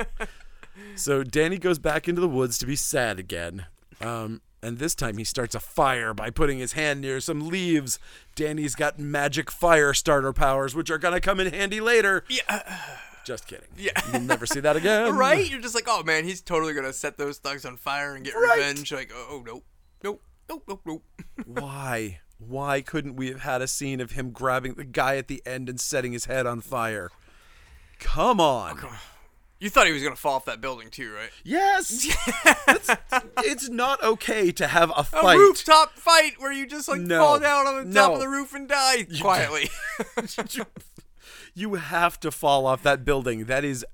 Speaker 1: so Danny goes back into the woods to be sad again. Um, and this time he starts a fire by putting his hand near some leaves. Danny's got magic fire starter powers, which are gonna come in handy later. Yeah. Just kidding. Yeah. You'll never see that again.
Speaker 2: right? You're just like, oh man, he's totally gonna set those thugs on fire and get
Speaker 1: Right.
Speaker 2: revenge. Like, oh, oh nope, nope, nope, nope, nope.
Speaker 1: Why? Why couldn't we have had a scene of him grabbing the guy at the end and setting his head on fire? Oh, Come on.
Speaker 2: You thought he was gonna fall off that building too, right?
Speaker 1: Yes. That's- it's not okay to have a
Speaker 2: A
Speaker 1: fight.
Speaker 2: rooftop fight where you just like
Speaker 1: No.
Speaker 2: fall down on the top
Speaker 1: No.
Speaker 2: of the roof and die quietly.
Speaker 1: you have to fall off that building. That is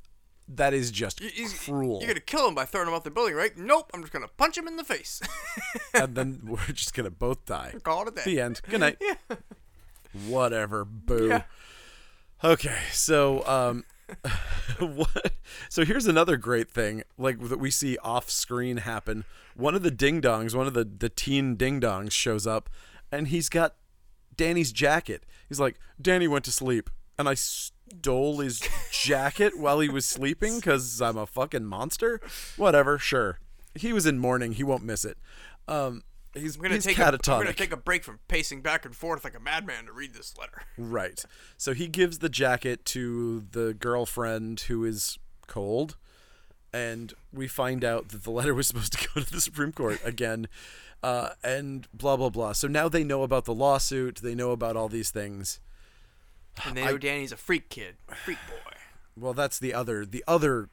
Speaker 1: that is just
Speaker 2: He's-
Speaker 1: cruel.
Speaker 2: You're gonna kill him by throwing him off the building, right? Nope, I'm just gonna punch him in the face.
Speaker 1: and then we're just gonna both die.
Speaker 2: Call it a day.
Speaker 1: The end. Good night. Whatever. Boo. Okay, so um what? So here's another great thing, like that we see off screen happen. One of the ding dongs, one of the the teen ding dongs, shows up, and he's got Danny's jacket. He's like, Danny went to sleep, and I stole his jacket while he was sleeping because I'm a fucking monster. Whatever, sure. He was in mourning. He won't miss it. Um, he's
Speaker 2: I'm gonna
Speaker 1: he's
Speaker 2: take a, I'm
Speaker 1: catatonic.
Speaker 2: gonna take a break from pacing back and forth like a madman to read this letter.
Speaker 1: Right. So he gives the jacket to the girlfriend who is cold. And we find out that the letter was supposed to go to the Supreme Court again, uh, and blah, blah, blah. So now they know about the lawsuit. They know about all these things.
Speaker 2: And they know Danny's a freak kid, freak boy.
Speaker 1: Well, that's the other. The other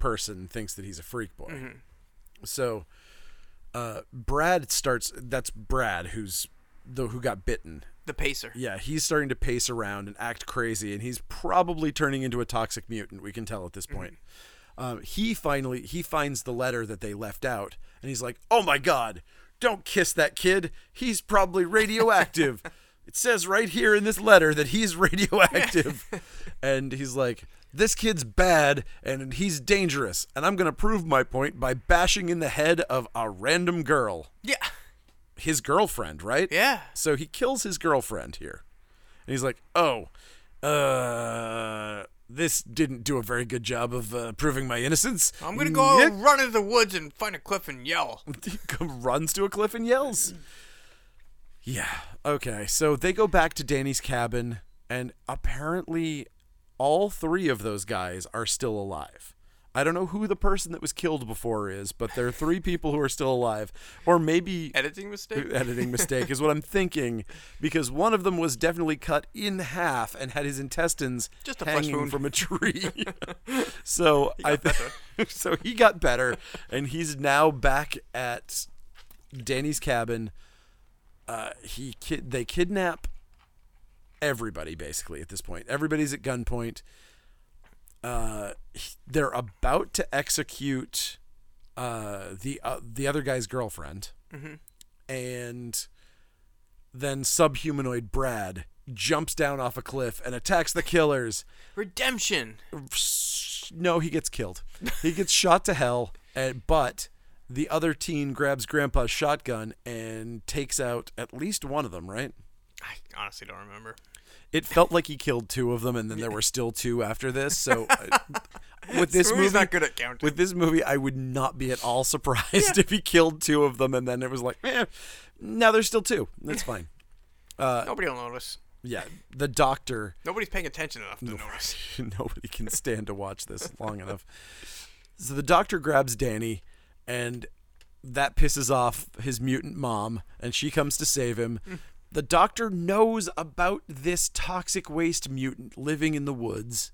Speaker 1: person thinks that he's a freak boy. So uh, Brad starts. That's Brad, who's the who got bitten.
Speaker 2: The pacer.
Speaker 1: Yeah, he's starting to pace around and act crazy, and he's probably turning into a toxic mutant. We can tell at this point. Um, he finally he finds the letter that they left out, and he's like, "Oh my god, don't kiss that kid. He's probably radioactive." it says right here in this letter that he's radioactive, and he's like. This kid's bad and he's dangerous, and I'm gonna prove my point by bashing in the head of a random girl
Speaker 2: Yeah.
Speaker 1: his girlfriend, right?
Speaker 2: Yeah.
Speaker 1: So he kills his girlfriend here. And he's like, "Oh, uh this didn't do a very good job of uh, proving my innocence.
Speaker 2: I'm gonna go
Speaker 1: Nick
Speaker 2: run into the woods and find a cliff and yell.
Speaker 1: runs to a cliff and yells. Yeah. Okay. So they go back to Danny's cabin, and apparently, all three of those guys are still alive. I don't know who the person that was killed before is, but there are three people who are still alive, or maybe
Speaker 2: Editing mistake.
Speaker 1: editing mistake is what I'm thinking because one of them was definitely cut in half and had his intestines
Speaker 2: Just a flesh
Speaker 1: hanging
Speaker 2: wound.
Speaker 1: from a tree. so I th- so he got better and he's now back at Danny's cabin. Uh, he kid they kidnap everybody basically at this point. Everybody's at gunpoint. Uh, he- they're about to execute uh, the uh, the other guy's girlfriend
Speaker 2: Mm-hmm.
Speaker 1: and then subhumanoid Brad jumps down off a cliff and attacks the killers.
Speaker 2: Redemption.
Speaker 1: No, he gets killed. He gets shot to hell, and, but the other teen grabs Grandpa's shotgun and takes out at least one of them, right?
Speaker 2: I honestly don't remember.
Speaker 1: It felt like he killed two of them, and then there were still two after this. So, uh, with this
Speaker 2: movie's
Speaker 1: movie,
Speaker 2: not good at counting.
Speaker 1: With this movie, I would not be at all surprised if he killed two of them, and then it was like, eh, now there's still two. That's fine. uh,
Speaker 2: Nobody'll notice.
Speaker 1: Yeah, the doctor
Speaker 2: Nobody's paying attention enough to notice.
Speaker 1: nobody can stand to watch this long enough. So the doctor grabs Danny, and that pisses off his mutant mom, and she comes to save him. The doctor knows about this toxic waste mutant living in the woods,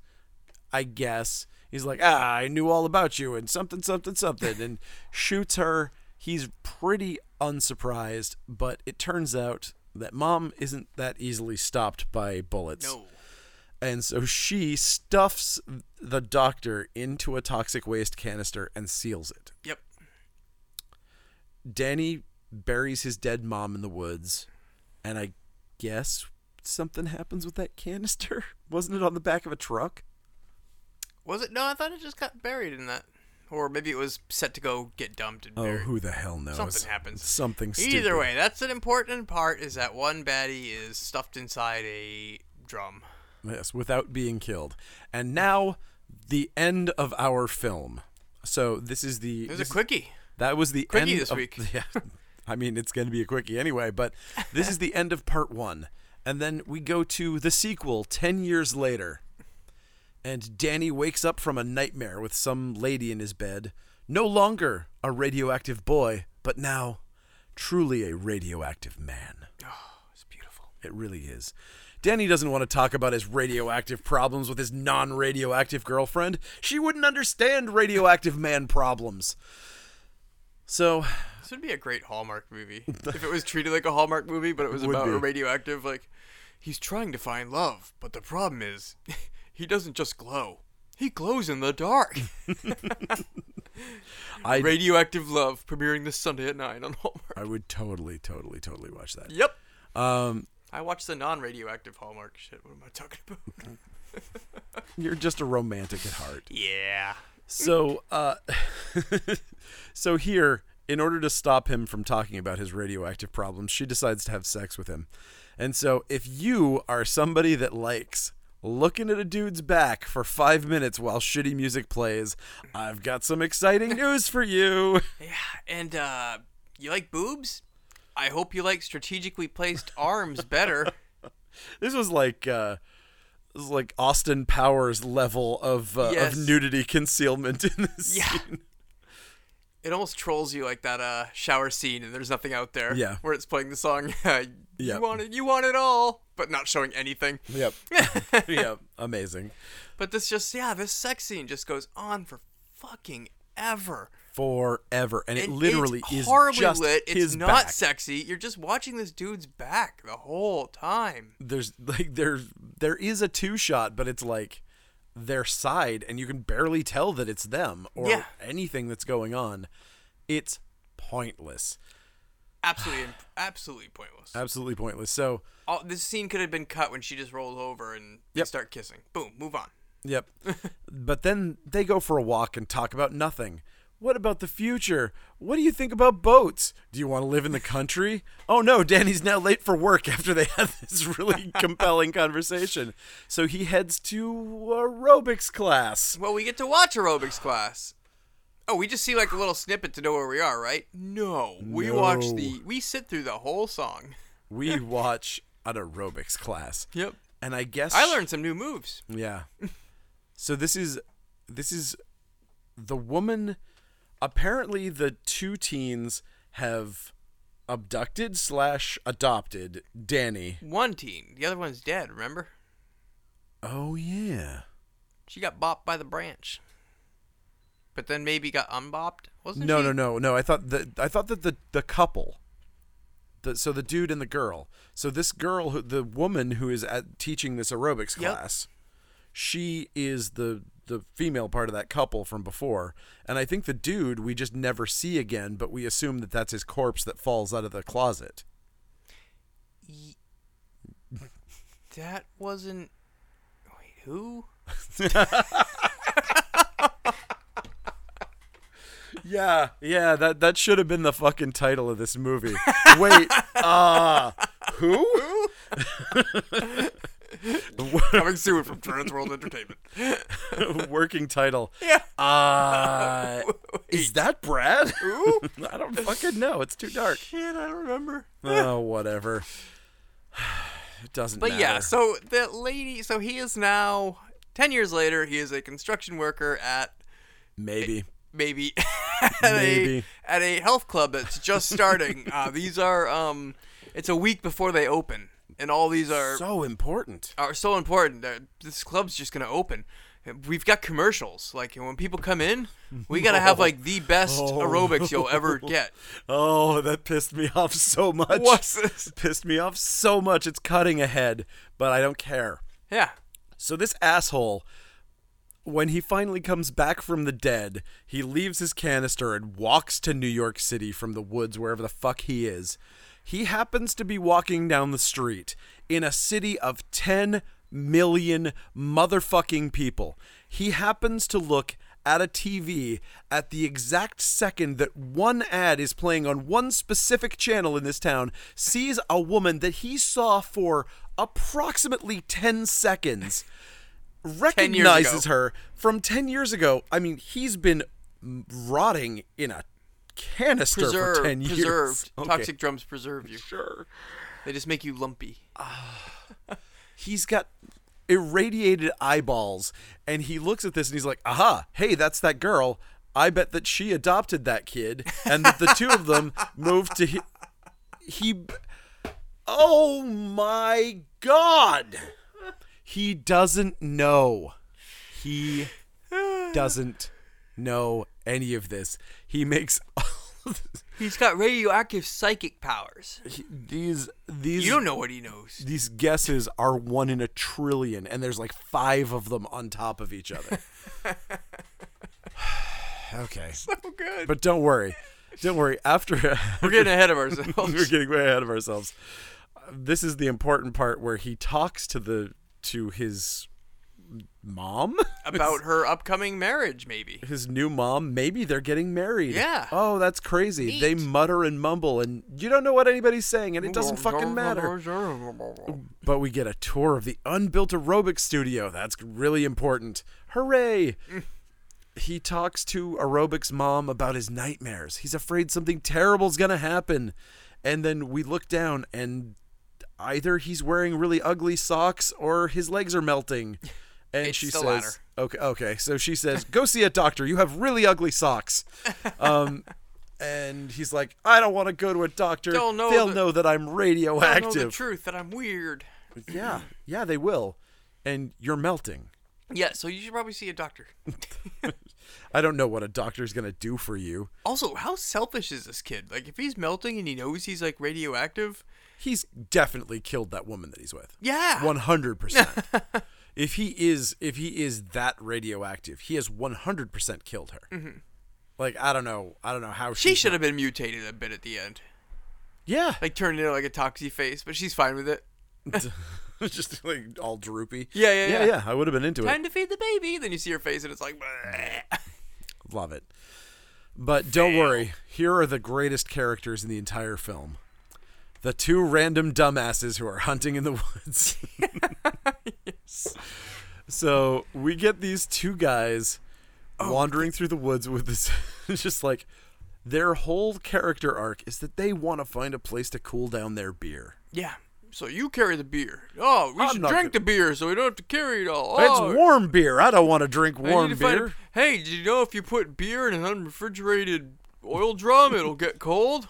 Speaker 1: I guess. He's like, ah, I knew all about you, and something, something, something, and shoots her. He's pretty unsurprised, but it turns out that mom isn't that easily stopped by bullets.
Speaker 2: No.
Speaker 1: And so she stuffs the doctor into a toxic waste canister and seals it.
Speaker 2: Yep.
Speaker 1: Danny buries his dead mom in the woods, and I guess something happens with that canister. Wasn't it on the back of a truck?
Speaker 2: Was it? No, I thought it just got buried in that. Or maybe it was set to go get dumped and
Speaker 1: Oh,
Speaker 2: buried.
Speaker 1: who the hell knows?
Speaker 2: Something happens.
Speaker 1: Something stupid.
Speaker 2: Either way, that's an important part is that one baddie is stuffed inside a drum.
Speaker 1: Yes, without being killed. And now, the end of our film. So this is the.
Speaker 2: It was
Speaker 1: this
Speaker 2: a quickie.
Speaker 1: That was the
Speaker 2: Quickie
Speaker 1: end
Speaker 2: this
Speaker 1: of-
Speaker 2: week.
Speaker 1: Yeah, I mean it's going to be a quickie anyway, but this is the end of part one, and then we go to the sequel ten years later, and Danny wakes up from a nightmare with some lady in his bed, no longer a radioactive boy, but now truly a radioactive man.
Speaker 2: It's beautiful.
Speaker 1: It really is. Danny doesn't want to talk about his radioactive problems with his non radioactive girlfriend. She wouldn't understand radioactive man problems. So,
Speaker 2: This would be a great Hallmark movie if it was treated like a Hallmark movie, but it was about
Speaker 1: be.
Speaker 2: a radioactive. Like he's trying to find love, but the problem is he doesn't just glow; he glows in the dark.
Speaker 1: I-
Speaker 2: radioactive love premiering this Sunday at nine on Hallmark.
Speaker 1: I would totally, totally, totally watch that.
Speaker 2: Yep.
Speaker 1: Um,
Speaker 2: I watched the non-radioactive Hallmark shit. What am I talking about?
Speaker 1: You're just a romantic at heart.
Speaker 2: Yeah.
Speaker 1: So, uh, so here, in order to stop him from talking about his radioactive problems, she decides to have sex with him. And so, if you are somebody that likes looking at a dude's back for five minutes while shitty music plays, I've got some exciting news for you.
Speaker 2: And uh, you like boobs? I hope you like strategically placed arms better.
Speaker 1: This was like, uh, this was like Austin Powers level of uh,
Speaker 2: Yes.
Speaker 1: of nudity concealment in this
Speaker 2: Yeah.
Speaker 1: scene.
Speaker 2: It almost trolls you like that uh, shower scene, and there's nothing out there.
Speaker 1: Yeah.
Speaker 2: Where it's playing the song. yeah.
Speaker 1: Yeah.
Speaker 2: You want it. You want it all, but not showing anything.
Speaker 1: Yep. yep. Amazing.
Speaker 2: But this just yeah, this sex scene just goes on for fucking ever.
Speaker 1: forever, and it
Speaker 2: And
Speaker 1: literally
Speaker 2: it's
Speaker 1: is
Speaker 2: horribly
Speaker 1: just
Speaker 2: lit. It's
Speaker 1: his
Speaker 2: not
Speaker 1: back.
Speaker 2: sexy. You're just watching this dude's back the whole time.
Speaker 1: There's like there's there is a two shot, but it's like their side, and you can barely tell that it's them or
Speaker 2: Yeah.
Speaker 1: anything that's going on. It's pointless,
Speaker 2: Absolutely, imp- absolutely pointless.
Speaker 1: absolutely pointless. So,
Speaker 2: All, this scene could have been cut when she just rolled over and they
Speaker 1: Yep.
Speaker 2: start kissing. Boom, move on.
Speaker 1: yep. but then they go for a walk and talk about nothing. What about the future? What do you think about boats? Do you want to live in the country? Oh no, Danny's now late for work after they had this really compelling conversation. So he heads to aerobics class.
Speaker 2: Well, we get to watch aerobics class. Oh, we just see like a little snippet to know where we are, right? No, we watch
Speaker 1: No.
Speaker 2: the we sit through the whole song.
Speaker 1: We watch an aerobics class.
Speaker 2: Yep.
Speaker 1: And I guess
Speaker 2: I learned some new moves.
Speaker 1: Yeah. So this is this is the woman apparently the two teens have abducted slash adopted Danny.
Speaker 2: One teen, the other one's dead. Remember,
Speaker 1: Oh yeah.
Speaker 2: she got bopped by the branch, but then maybe got unbopped. Wasn't
Speaker 1: No,
Speaker 2: she?
Speaker 1: no, no, no. I thought that I thought that the the couple the, so the dude and the girl. So this girl, who, the woman who is at teaching this aerobics
Speaker 2: Yep.
Speaker 1: class, she is the the female part of that couple from before, and I think the dude we just never see again, but we assume that that's his corpse that falls out of the closet.
Speaker 2: That wasn't. Wait, who?
Speaker 1: Yeah, yeah. That that should have been the fucking title of this movie. Wait, uh, who?
Speaker 2: Coming soon from Transworld Entertainment.
Speaker 1: Working title.
Speaker 2: Yeah.
Speaker 1: Uh, is that Brad?
Speaker 2: Who?
Speaker 1: I don't fucking know. It's too dark.
Speaker 2: Shit, I don't remember.
Speaker 1: Oh, whatever. It doesn't
Speaker 2: But
Speaker 1: matter.
Speaker 2: yeah, so the lady, so he is now ten years later. He is a construction worker at
Speaker 1: maybe.
Speaker 2: maybe at
Speaker 1: Maybe.
Speaker 2: a at a health club that's just starting. uh, these are um, it's a week before they open, and all these are
Speaker 1: So important.
Speaker 2: are so important. They're, this club's just gonna open. We've got commercials. Like when people come in, we gotta have like the best
Speaker 1: Oh,
Speaker 2: aerobics you'll ever
Speaker 1: no.
Speaker 2: get.
Speaker 1: Oh, that pissed me off so much.
Speaker 2: What's this?
Speaker 1: Pissed me off so much. It's cutting ahead, but I don't care.
Speaker 2: Yeah.
Speaker 1: So this asshole, when he finally comes back from the dead, he leaves his canister and walks to New York City from the woods, wherever the fuck he is. He happens to be walking down the street in a city of 10 million motherfucking people. He happens to look at a TV at the exact second that one ad is playing on one specific channel in this town, sees a woman that he saw for approximately 10 seconds
Speaker 2: years ago.
Speaker 1: recognizes her from 10 years ago. I mean, he's been m- rotting in a canister for
Speaker 2: Preserved,
Speaker 1: 10 years.
Speaker 2: preserved.
Speaker 1: Okay.
Speaker 2: Toxic drums preserve you. Sure. They just make you lumpy.
Speaker 1: He's got irradiated eyeballs and he looks at this and he's like, "Aha, hey, that's that girl. I bet that she adopted that kid and that the two of them moved to he, he Oh my god. He doesn't know. He doesn't know any of this. He makes all of this-
Speaker 2: He's got radioactive psychic powers.
Speaker 1: he- these these
Speaker 2: You don't know what he knows.
Speaker 1: these guesses are one in a trillion, and there's like five of them on top of each other. okay,
Speaker 2: Oh, good.
Speaker 1: but don't worry, don't worry. After
Speaker 2: We're getting ahead of
Speaker 1: we're
Speaker 2: ourselves.
Speaker 1: getting way ahead of ourselves. This is the important part where he talks to the to his mom
Speaker 2: about her upcoming marriage, maybe.
Speaker 1: his new mom. Maybe they're getting married.
Speaker 2: Yeah.
Speaker 1: Oh, that's crazy. They mutter and mumble, and you don't know what anybody's saying, and it doesn't fucking matter. But we get a tour of the unbuilt aerobic studio. That's really important. Hooray! He talks to Aerobic's mom about his nightmares. He's afraid something terrible's gonna happen. And then we look down, and either he's wearing really ugly socks or his legs are melting. And
Speaker 2: It's
Speaker 1: she
Speaker 2: the
Speaker 1: says,
Speaker 2: latter.
Speaker 1: "Okay, okay." So she says, "Go see a doctor. You have really ugly socks." Um, and he's like, "I don't want to go to a doctor.
Speaker 2: Don't know
Speaker 1: They'll
Speaker 2: the-
Speaker 1: know that I'm
Speaker 2: I know the
Speaker 1: radioactive."
Speaker 2: truth that I'm weird.
Speaker 1: Yeah, yeah, they will. And you're melting.
Speaker 2: Yeah, so you should probably see a doctor.
Speaker 1: I don't know what a doctor's gonna do for you.
Speaker 2: Also, how selfish is this kid? Like, if he's melting and he knows he's like radioactive,
Speaker 1: He's definitely killed that woman that he's with.
Speaker 2: yeah,
Speaker 1: One hundred percent. If he is, if he is that radioactive, he has one hundred percent killed her. Like I don't know, I don't know how
Speaker 2: Mm-hmm. she
Speaker 1: she's
Speaker 2: should have been mutated a bit at the end,
Speaker 1: Yeah,
Speaker 2: like turned into like a toxie face, but she's fine with it.
Speaker 1: just like all droopy.
Speaker 2: Yeah, yeah,
Speaker 1: yeah.
Speaker 2: yeah.
Speaker 1: I would have been into it.
Speaker 2: Time to feed the baby. Then you see her face, and it's like, "Bleh."
Speaker 1: Love it. But don't worry. Here are the greatest characters in the entire film. The two random dumbasses who are hunting in the woods. So we get these two guys
Speaker 2: Oh,
Speaker 1: wandering through the woods with this just like their whole character arc is that they want to find a place to cool down their beer.
Speaker 2: yeah. So you carry the beer. Oh, we
Speaker 1: I'm
Speaker 2: should
Speaker 1: not
Speaker 2: drink
Speaker 1: gonna-
Speaker 2: the beer so we don't have to carry it all.
Speaker 1: It's
Speaker 2: oh,
Speaker 1: warm beer. I don't want to drink
Speaker 2: I need
Speaker 1: warm
Speaker 2: to find a-
Speaker 1: beer.
Speaker 2: hey, did you know if you put beer in an unrefrigerated oil drum, it'll get cold?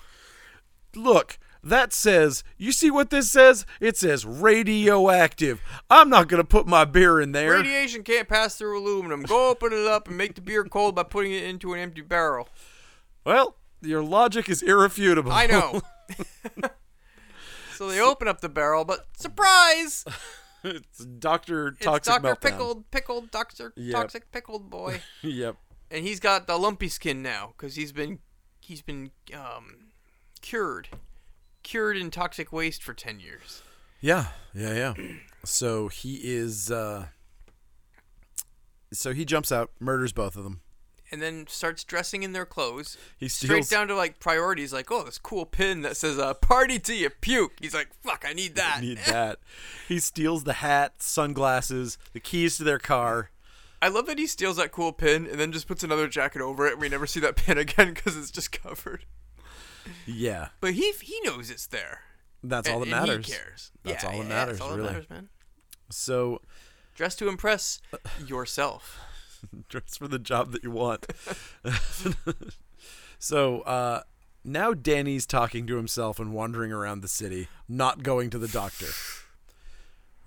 Speaker 1: look, that says, you see what this says? It says radioactive. I'm not going to put my beer in there.
Speaker 2: Radiation can't pass through aluminum. Go open it up and make the beer cold by putting it into an empty barrel.
Speaker 1: well, your logic is irrefutable.
Speaker 2: I know. so they open up the barrel, but surprise!
Speaker 1: it's Dr.
Speaker 2: It's
Speaker 1: Toxic
Speaker 2: Dr.
Speaker 1: Meltdown.
Speaker 2: Pickled, pickled, Dr.
Speaker 1: Yep.
Speaker 2: Toxic Pickled Boy.
Speaker 1: Yep.
Speaker 2: and he's got the lumpy skin now because he's been he's been um, cured cured in toxic waste for 10 years
Speaker 1: Yeah, yeah, yeah. So he is uh so he jumps out, murders both of them.
Speaker 2: and then starts dressing in their clothes
Speaker 1: He
Speaker 2: straight
Speaker 1: steals
Speaker 2: down to like priorities like oh this cool pin that says uh, party to your puke he's like fuck i need that
Speaker 1: need that. He steals the hat, sunglasses, the keys to their car.
Speaker 2: i love that he steals that cool pin and then just puts another jacket over it and we never see that pin again because it's just covered
Speaker 1: Yeah.
Speaker 2: but he he knows it's there
Speaker 1: That's all that
Speaker 2: and, and
Speaker 1: matters.
Speaker 2: he cares
Speaker 1: That's
Speaker 2: Yeah,
Speaker 1: all that
Speaker 2: yeah,
Speaker 1: matters,
Speaker 2: that's all
Speaker 1: really.
Speaker 2: that matters man
Speaker 1: So
Speaker 2: dress to impress yourself
Speaker 1: dress for the job that you want. so uh, now Danny's talking to himself and wandering around the city, not going to the doctor.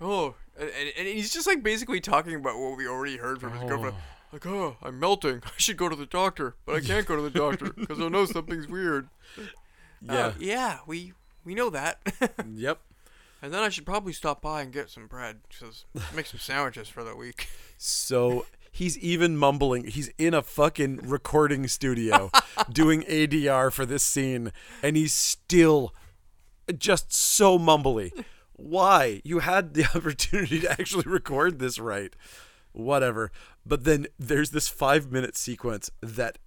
Speaker 2: Oh, and, and and he's just like basically talking about what we already heard from his girlfriend. Like, oh, I'm melting. I should go to the doctor, but I can't go to the doctor because I know something's weird.
Speaker 1: Yeah.
Speaker 2: Uh, yeah, we we know that.
Speaker 1: Yep.
Speaker 2: and then I should probably stop by and get some bread, just make some sandwiches for the week.
Speaker 1: So he's even mumbling. He's in a fucking recording studio doing ADR for this scene, and he's still just so mumbly. Why? You had the opportunity to actually record this right. Whatever. But then there's this five minute sequence that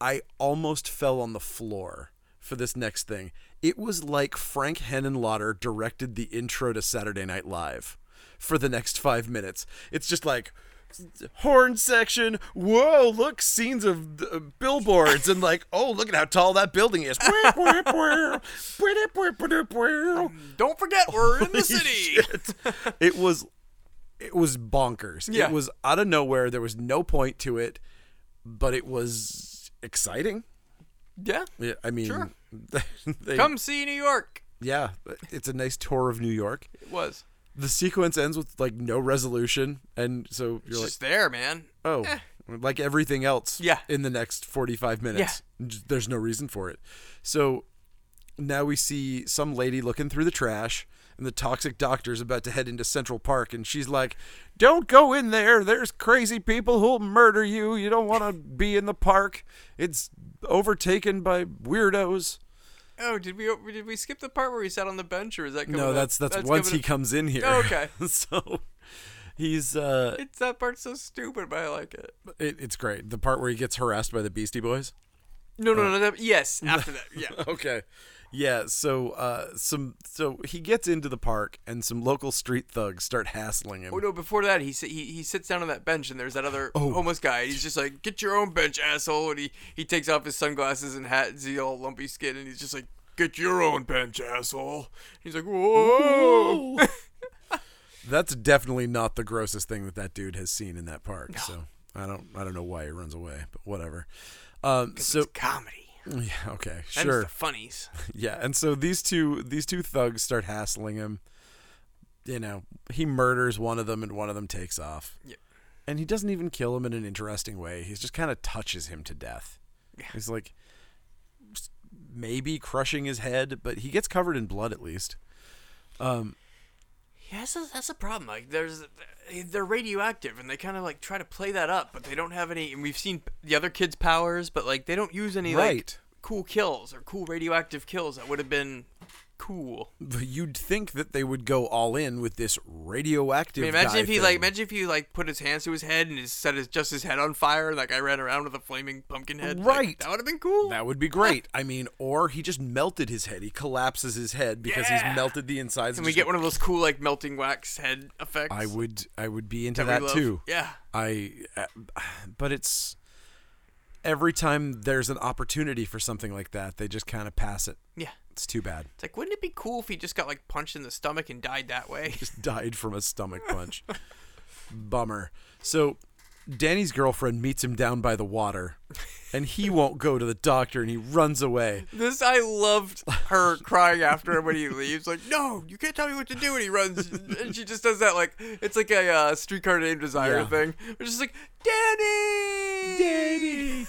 Speaker 1: I almost fell on the floor for this next thing. It was like Frank Henenlotter directed the intro to Saturday Night Live for the next five minutes. It's just like horn section. Whoa, look, scenes of uh, billboards and like, oh, look at how tall that building is.
Speaker 2: Don't forget, we're in the city.
Speaker 1: it was it was bonkers.
Speaker 2: Yeah.
Speaker 1: It was out of nowhere. There was no point to it, but it was exciting.
Speaker 2: Yeah,
Speaker 1: Yeah, I mean,
Speaker 2: Sure.
Speaker 1: they-
Speaker 2: come see New York.
Speaker 1: Yeah, it's a nice tour of New York.
Speaker 2: It was
Speaker 1: The sequence ends with like no resolution, and so you're
Speaker 2: just there, man.
Speaker 1: like, oh, like everything else.
Speaker 2: Yeah.
Speaker 1: In the next 45 minutes, J- there's no reason for it. So now we see some lady looking through the trash, and the toxic doctor's about to head into Central Park, and she's like, "Don't go in there. There's crazy people who'll murder you. You don't want to be in the park. It's overtaken by weirdos."
Speaker 2: Oh, did we did we skip the part where he sat on the bench, or is that coming
Speaker 1: No,
Speaker 2: up?
Speaker 1: that's that's, once
Speaker 2: coming
Speaker 1: he
Speaker 2: up-
Speaker 1: comes in here.
Speaker 2: Oh, okay.
Speaker 1: so He's uh,
Speaker 2: It's that part's so stupid, but I like it.
Speaker 1: it, it's great. The part where he gets harassed by the Beastie Boys.
Speaker 2: No, no, no. That, yes, after that, yeah.
Speaker 1: Okay, yeah. So uh, some so he gets into the park and some local street thugs start hassling him.
Speaker 2: Oh no! Before that, he, si- he he sits down on that bench, and there's that other homeless guy. He's just like, "Get your own bench, asshole!" And he he takes off his sunglasses and hat, and he's all lumpy skin, and he's just like, "Get your own bench, asshole!" He's like, "Whoa!"
Speaker 1: That's definitely not the grossest thing that that dude has seen in that park. So I don't I don't know why he runs away, but whatever. Um, so
Speaker 2: it's comedy.
Speaker 1: yeah, okay,
Speaker 2: And it's
Speaker 1: sure,
Speaker 2: the funnies.
Speaker 1: yeah. And so these two these two thugs start hassling him. You know, he murders one of them, and one of them takes off.
Speaker 2: Yeah.
Speaker 1: And he doesn't even kill him in an interesting way. He just kind of touches him to death. He's like s- maybe crushing his head, but he gets covered in blood at least.
Speaker 2: Yeah, that's a, that's a problem. Like, there's they're radioactive, and they kind of like try to play that up, but they don't have any. And we've seen the other kids' powers, but like they don't use any
Speaker 1: Right.
Speaker 2: like cool kills or cool radioactive kills that would have been cool.
Speaker 1: But You'd think that they would go all in with this radioactive.
Speaker 2: I mean, imagine
Speaker 1: guy
Speaker 2: if he
Speaker 1: thing.
Speaker 2: like imagine if he like put his hands to his head and his, set his just his head on fire. Like I ran around with a flaming pumpkin head. Like,
Speaker 1: Right.
Speaker 2: that would have been cool.
Speaker 1: That would be great. I mean, or he just melted his head. He collapses his head because
Speaker 2: Yeah.
Speaker 1: he's melted the insides.
Speaker 2: and we get one of those cool like melting wax head effects.
Speaker 1: I would, I would be into
Speaker 2: we
Speaker 1: that,
Speaker 2: love.
Speaker 1: too.
Speaker 2: Yeah.
Speaker 1: I, uh, but it's every time there's an opportunity for something like that, they just kind of pass it.
Speaker 2: Yeah.
Speaker 1: It's too bad.
Speaker 2: It's like, wouldn't it be cool if he just got like punched in the stomach and died that way?
Speaker 1: Just died from a stomach punch. Bummer. So, Danny's girlfriend meets him down by the water, and he won't go to the doctor, and he runs away.
Speaker 2: this I loved her crying after him when he leaves. Like, no, you can't tell me what to do. And he runs, and she just does that like it's like a uh, streetcar named Desire
Speaker 1: Yeah.
Speaker 2: thing. Which is like, Danny,
Speaker 1: Danny.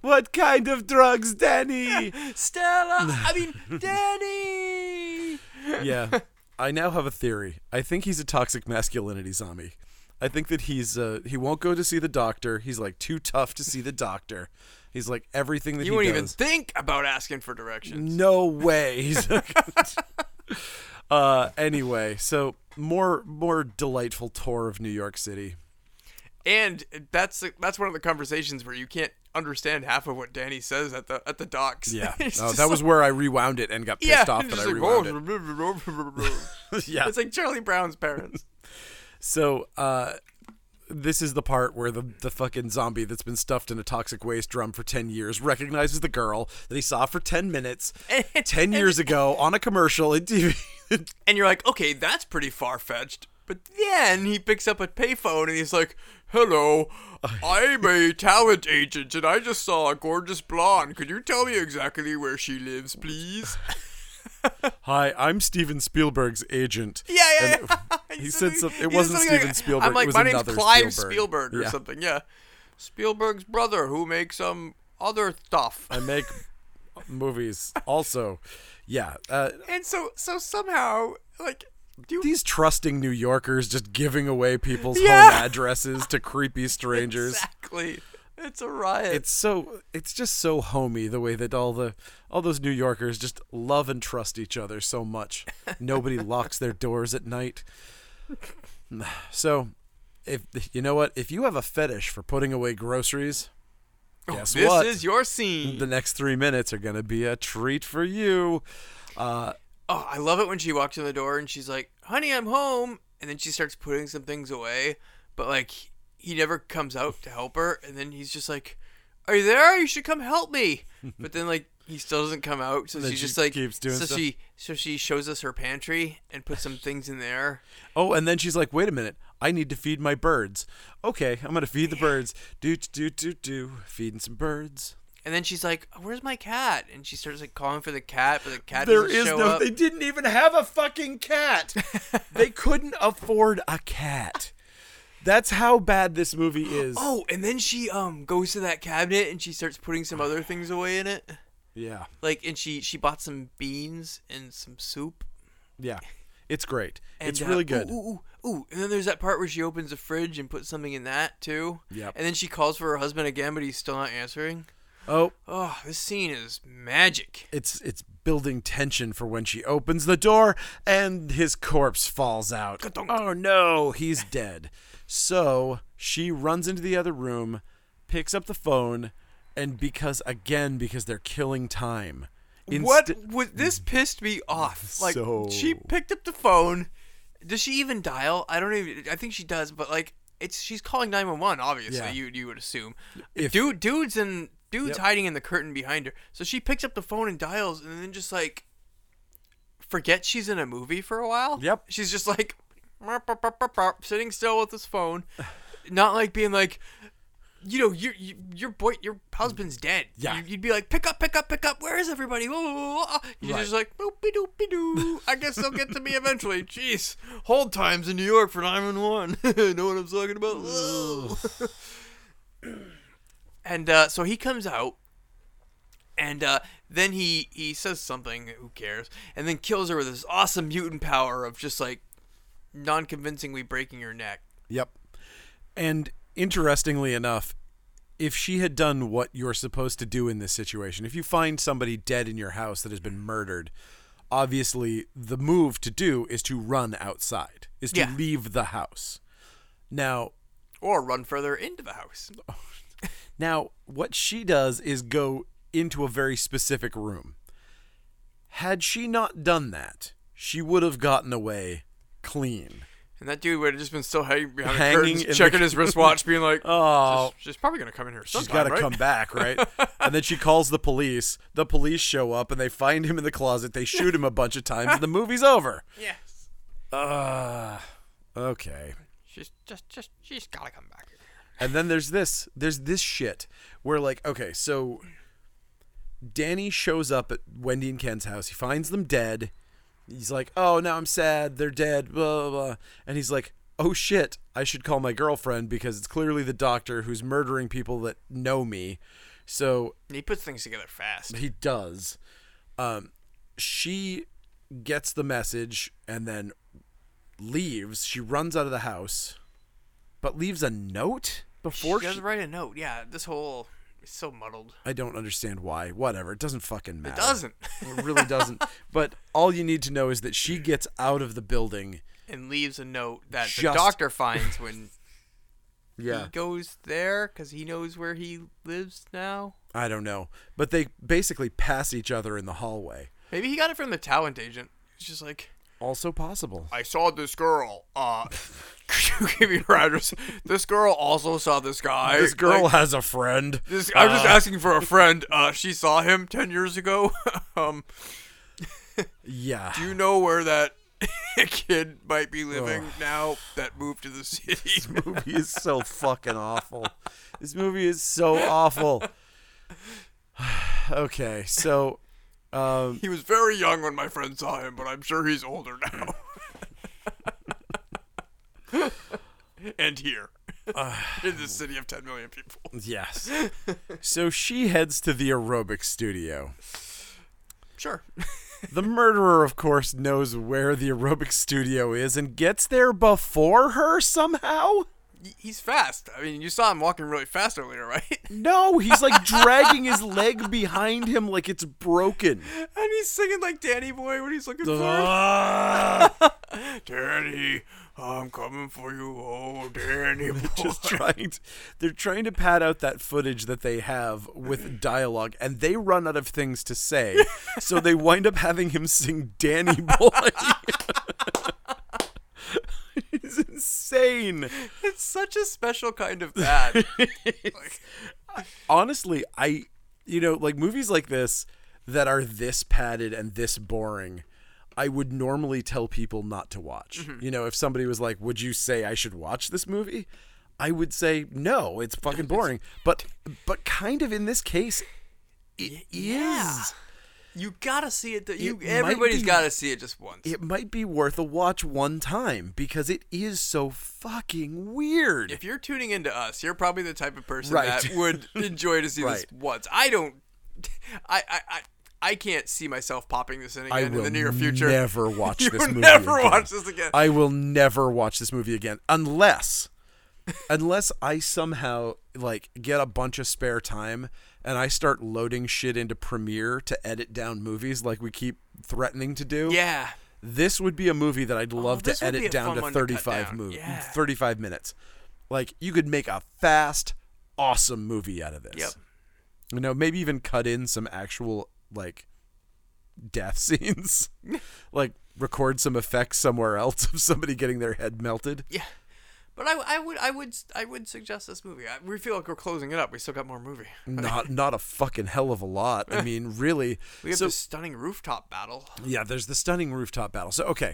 Speaker 1: what kind of drugs, Danny?
Speaker 2: Stella. I mean, Danny.
Speaker 1: yeah. I now have a theory. I think he's a toxic masculinity zombie. I think that he's uh, he won't go to see the doctor. He's like too tough to see the doctor. He's like everything that
Speaker 2: You
Speaker 1: he
Speaker 2: wouldn't even
Speaker 1: does.
Speaker 2: think about asking for directions.
Speaker 1: no way. He's uh anyway, so more more delightful tour of New York City.
Speaker 2: And that's that's one of the conversations where you can't understand half of what Danny says at the at the docks.
Speaker 1: Yeah.
Speaker 2: It's
Speaker 1: Oh,
Speaker 2: just
Speaker 1: that was where I rewound it and got
Speaker 2: like, yeah,
Speaker 1: pissed off
Speaker 2: and
Speaker 1: that I
Speaker 2: just like, oh,
Speaker 1: rewound it. Yeah.
Speaker 2: It's like Charlie Brown's parents.
Speaker 1: So, uh, this is the part where the, the fucking zombie that's been stuffed in a toxic waste drum for 10 years recognizes the girl that he saw for 10 minutes 10 years ago on a commercial in TV.
Speaker 2: And you're like, okay, that's pretty far fetched. But then he picks up a payphone and he's like, hello, I'm a talent agent and I just saw a gorgeous blonde. Could you tell me exactly where she lives, please?
Speaker 1: Hi, I'm Steven Spielberg's agent.
Speaker 2: Yeah, yeah,
Speaker 1: And
Speaker 2: yeah.
Speaker 1: he
Speaker 2: He's
Speaker 1: said
Speaker 2: like-
Speaker 1: something- it
Speaker 2: he said
Speaker 1: wasn't
Speaker 2: something like-
Speaker 1: Steven Spielberg,
Speaker 2: I'm
Speaker 1: it
Speaker 2: like,
Speaker 1: was
Speaker 2: my name's
Speaker 1: another
Speaker 2: Clive
Speaker 1: Spielberg."
Speaker 2: Spielberg or
Speaker 1: Yeah.
Speaker 2: something. Yeah, Spielberg's brother who makes some other stuff.
Speaker 1: I make movies also. Yeah. Uh,
Speaker 2: And so, so somehow, like, do you,
Speaker 1: these trusting New Yorkers just giving away people's
Speaker 2: Yeah.
Speaker 1: home addresses to creepy strangers.
Speaker 2: exactly? It's a riot.
Speaker 1: it's so it's just so homey the way that all the all those New Yorkers just love and trust each other so much. Nobody locks their doors at night. So, if you know what, if you have a fetish for putting away groceries, guess
Speaker 2: Oh, this
Speaker 1: what?
Speaker 2: is your scene.
Speaker 1: the next three minutes are gonna be a treat for you.
Speaker 2: oh, I love it when she walks in the door and she's like, "Honey, I'm home," and then she starts putting some things away, but like he never comes out to help her, and then he's just like, "Are you there? You should come help me." But then like he still doesn't come out, so
Speaker 1: then
Speaker 2: she
Speaker 1: she
Speaker 2: just like
Speaker 1: keeps doing
Speaker 2: so
Speaker 1: stuff.
Speaker 2: she so she shows us her pantry and puts some things in there.
Speaker 1: Oh, and then she's like, "Wait a minute, I need to feed my birds." Okay, I'm gonna feed the birds. Do do do do, feeding some birds.
Speaker 2: And then she's like, "Where's my cat?" And she starts like calling for the cat, but the cat
Speaker 1: There
Speaker 2: doesn't
Speaker 1: is
Speaker 2: show
Speaker 1: no.
Speaker 2: up.
Speaker 1: They didn't even have a fucking cat. they couldn't afford a cat. That's how bad this movie is.
Speaker 2: Oh, and then she um goes to that cabinet and she starts putting some other things away in it.
Speaker 1: Yeah,
Speaker 2: Like and she she bought some beans and some soup.
Speaker 1: yeah. It's great.
Speaker 2: And,
Speaker 1: it's
Speaker 2: uh,
Speaker 1: really good.
Speaker 2: Ooh, ooh, ooh, ooh. and then there's that part where she opens the fridge and puts something in that too.
Speaker 1: Yep.
Speaker 2: And then she calls for her husband again, but he's still not answering.
Speaker 1: Oh,
Speaker 2: Oh, this scene is magic.
Speaker 1: it's it's building tension for when she opens the door and his corpse falls out. Oh no, he's dead. So she runs into the other room, picks up the phone, and because again, because they're killing time.
Speaker 2: what
Speaker 1: insti-
Speaker 2: was this pissed me off? Like
Speaker 1: So-
Speaker 2: she picked up the phone. Does she even dial? I don't even. I think she does, but like it's she's calling nine one one. Obviously,
Speaker 1: Yeah.
Speaker 2: you you would assume.
Speaker 1: If-
Speaker 2: Dude, dudes and dudes
Speaker 1: Yep.
Speaker 2: hiding in the curtain behind her. So she picks up the phone and dials, and then just like forget she's in a movie for a while.
Speaker 1: Yep.
Speaker 2: She's just like "Mop, mop, mop, mop, mop," sitting still with this phone, not like being like. You know, your your- your boy, your husband's dead.
Speaker 1: Yeah.
Speaker 2: You- you'd be like, pick up, pick up, pick up. Where is everybody? Whoa, whoa, whoa, whoa." You're
Speaker 1: Right.
Speaker 2: just like, boopy doopy doo. I guess they'll get to me eventually. Jeez, hold times in New York for nine and one. know what I'm talking about? and uh, so he comes out, and uh, then he he says something. Who cares? And then kills her with this awesome mutant power of just like non-convincingly breaking her neck.
Speaker 1: Yep. And interestingly enough, if she had done what you're supposed to do in this situation, if you find somebody dead in your house that has been murdered, obviously the move to do is to run outside, is to
Speaker 2: Yeah.
Speaker 1: leave the house. Now,
Speaker 2: Or run further into the house.
Speaker 1: now what she does is go into a very specific room. Had she not done that, she would have gotten away clean.
Speaker 2: And that dude would have just been still hanging behind the
Speaker 1: Hanging in the-
Speaker 2: curtains, checking his wristwatch, being like,
Speaker 1: Oh,
Speaker 2: she's, she's probably going to come in here sometime,
Speaker 1: She's got to
Speaker 2: right?
Speaker 1: come back, right? and then she calls the police. The police show up and they find him in the closet. They shoot him a bunch of times and the movie's over.
Speaker 2: Yes.
Speaker 1: Uh, okay.
Speaker 2: She's just, just, she's got to come back. here.
Speaker 1: And then there's this there's this shit where like okay, so Danny shows up at Wendy and Ken's house. He finds them dead. He's like, "Oh, now I'm sad. They're dead." Blah blah. blah. And he's like, "Oh shit, I should call my girlfriend because it's clearly the doctor who's murdering people that know me." So
Speaker 2: And he puts things together fast.
Speaker 1: He does. Um, she gets the message and then leaves. She runs out of the house, but leaves a note before.
Speaker 2: she
Speaker 1: She
Speaker 2: does write a note. Yeah, this whole, it's so muddled.
Speaker 1: I don't understand why. Whatever. It doesn't fucking matter.
Speaker 2: It doesn't.
Speaker 1: It really doesn't. but all you need to know is that she gets out of the building.
Speaker 2: and leaves a note that the
Speaker 1: Just-
Speaker 2: doctor finds when
Speaker 1: Yeah.
Speaker 2: he goes there because he knows where he lives now.
Speaker 1: I don't know. But they basically pass each other in the hallway.
Speaker 2: Maybe he got it from the talent agent. He's just like,
Speaker 1: Also possible.
Speaker 2: I saw this girl. Uh, could you give me her address? This girl also saw this guy.
Speaker 1: This girl
Speaker 2: Like,
Speaker 1: has a friend.
Speaker 2: this, I'm just asking for a friend. Uh, she saw him ten years ago. um,
Speaker 1: Yeah.
Speaker 2: do you know where that kid might be living now that moved to the city?
Speaker 1: movie is so fucking awful. This movie is so awful. okay, so um,
Speaker 2: he was very young when my friend saw him, but I'm sure he's older now. Mm. and here. in the city of 10 million people.
Speaker 1: yes. So she heads to the aerobic studio.
Speaker 2: Sure.
Speaker 1: The murderer, of course, knows where the aerobic studio is and gets there before her somehow.
Speaker 2: Y- He's fast. I mean, you saw him walking really fast earlier, right?
Speaker 1: No, he's like dragging his leg behind him like it's broken.
Speaker 2: And he's singing like Danny Boy when he's looking
Speaker 1: Ah!
Speaker 2: for Danny. I'm coming for you, oh Danny Boy.
Speaker 1: just trying to, they're trying to pad out that footage that they have with dialogue and they run out of things to say so they wind up having him sing danny boy it's insane
Speaker 2: it's such a special kind of bad.
Speaker 1: honestly i you know like movies like this that are this padded and this boring i would normally tell people not to watch you know if somebody was like would you say i should watch this movie i would say no it's fucking boring but but kind of in this case it is.
Speaker 2: you gotta see it. That you
Speaker 1: It might
Speaker 2: everybody's
Speaker 1: be-
Speaker 2: gotta see it just once.
Speaker 1: it might be worth a watch one time because it is so fucking weird
Speaker 2: if you're tuning into us, you're probably the type of person
Speaker 1: Right.
Speaker 2: that would enjoy to see this
Speaker 1: Right.
Speaker 2: once. I don't. I I. I I can't see myself popping this in again
Speaker 1: I
Speaker 2: in
Speaker 1: will
Speaker 2: the near future.
Speaker 1: never watch
Speaker 2: You
Speaker 1: this movie.
Speaker 2: never
Speaker 1: again.
Speaker 2: watch this again.
Speaker 1: I will never watch this movie again unless unless I somehow like get a bunch of spare time and I start loading shit into Premiere to edit down movies like we keep threatening to do,
Speaker 2: Yeah. Oh,
Speaker 1: this would be a movie that I'd love
Speaker 2: this
Speaker 1: to
Speaker 2: would be a
Speaker 1: edit down
Speaker 2: fun
Speaker 1: to
Speaker 2: one to cut
Speaker 1: 35
Speaker 2: down.
Speaker 1: mov-
Speaker 2: Yeah.
Speaker 1: 35 minutes. Like you could make a fast awesome movie out of this.
Speaker 2: Yep.
Speaker 1: You know, maybe even cut in some actual like death scenes. like record some effects somewhere else of somebody getting their head melted.
Speaker 2: Yeah. But I, I would I would I would suggest this movie. I, we feel like we're closing it up. We still got more movie.
Speaker 1: Not not a fucking hell of a lot. I mean, really.
Speaker 2: We have
Speaker 1: so
Speaker 2: this stunning rooftop battle.
Speaker 1: Yeah, there's the stunning rooftop battle. So okay,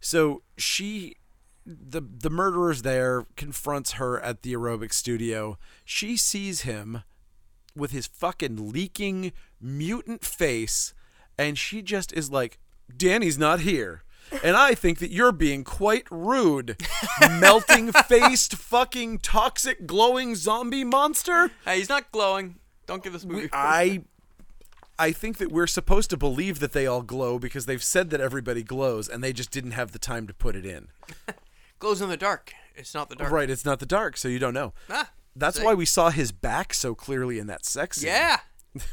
Speaker 1: so she, the the murderer's there confronts her at the aerobic studio. She sees him with his fucking leaking mutant face, and she just is like, "Danny's not here." And I think that you're being quite rude, melting faced, fucking toxic, glowing zombie monster.
Speaker 2: Hey, he's not glowing. Don't give this movie.
Speaker 1: I I think that we're supposed to believe that they all glow because they've said that everybody glows and they just didn't have the time to put it in.
Speaker 2: glows in the dark. It's not the dark.
Speaker 1: Right, it's not the dark, so you don't know.
Speaker 2: Ah,
Speaker 1: That's
Speaker 2: see?
Speaker 1: why we saw his back so clearly in that sex scene.
Speaker 2: Yeah,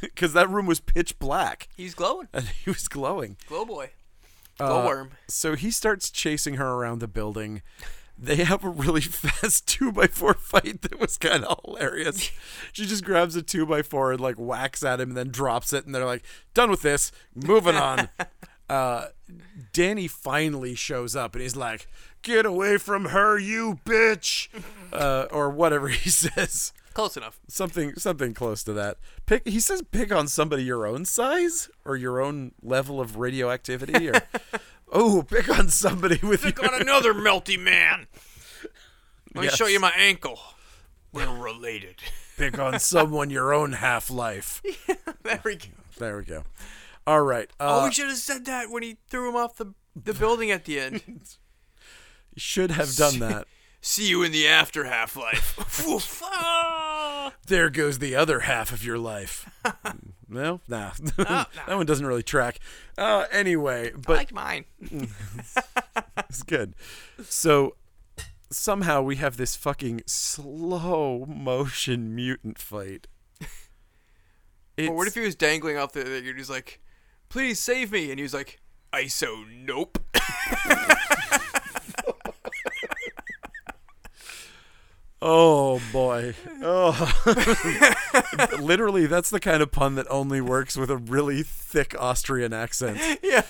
Speaker 1: Because that room was pitch black
Speaker 2: he's glowing.
Speaker 1: and he was glowing.
Speaker 2: Glow boy. Glowworm.
Speaker 1: So he starts chasing her around the building. They have a really fast two by four fight that was kind of hilarious. She just grabs a two by four and like whacks at him and then drops it, and they're like, "Done with this, moving on." uh, Danny finally shows up and he's like, "Get away from her, you bitch," uh, or whatever he says.
Speaker 2: Close enough.
Speaker 1: Something, something close to that. Pick. He says, "Pick on somebody your own size or your own level of radioactivity." Or, oh, pick on somebody with your
Speaker 2: Got another melty man. Let me show
Speaker 1: Yes.
Speaker 2: you my ankle. We're related.
Speaker 1: pick on someone your own half life.
Speaker 2: there we go.
Speaker 1: There we go. All right.
Speaker 2: oh,
Speaker 1: Uh,
Speaker 2: we should have said that when he threw him off the the building at the end.
Speaker 1: should have done that.
Speaker 2: See you in the after half life. Woof. Ah.
Speaker 1: There goes the other half of your life. no, nah. that one doesn't really track. Uh, anyway,
Speaker 2: I
Speaker 1: but
Speaker 2: like mine.
Speaker 1: it's good. So somehow we have this fucking slow motion mutant fight.
Speaker 2: Or
Speaker 1: It's-
Speaker 2: what if he was dangling off the? You're just like, please save me, and he was like, ISO, nope.
Speaker 1: Oh boy. Oh. Literally that's the kind of pun that only works with a really thick Austrian accent.
Speaker 2: yeah.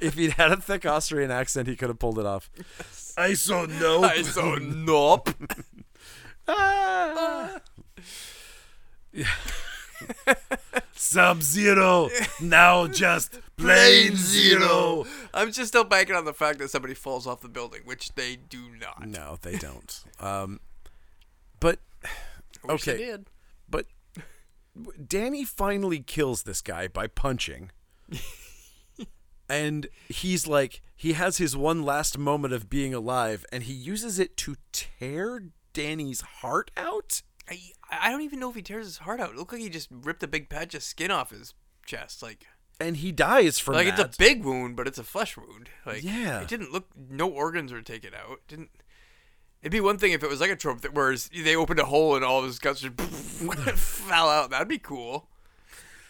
Speaker 1: if he'd had a thick Austrian accent, he could have pulled it off. I so no.
Speaker 2: ISO, nope.
Speaker 1: Sub Zero. Now just plain zero.
Speaker 2: I'm just still banking on the fact that somebody falls off the building, which they do not.
Speaker 1: No, they don't. Um but
Speaker 2: Wish they
Speaker 1: okay.
Speaker 2: did.
Speaker 1: But Danny finally kills this guy by punching. and he's like, he has his one last moment of being alive, and he uses it to tear Danny's heart out.
Speaker 2: I, I don't even know if he tears his heart out. It looked like he just ripped a big patch of skin off his chest. Like,
Speaker 1: And he dies from
Speaker 2: like
Speaker 1: that.
Speaker 2: it's a big wound, but it's a flesh wound. Like,
Speaker 1: Yeah.
Speaker 2: it didn't look. No organs were taken out. It didn't. It'd be one thing if it was like a trope that whereas they opened a hole and all of his guts just fell out. That'd be cool.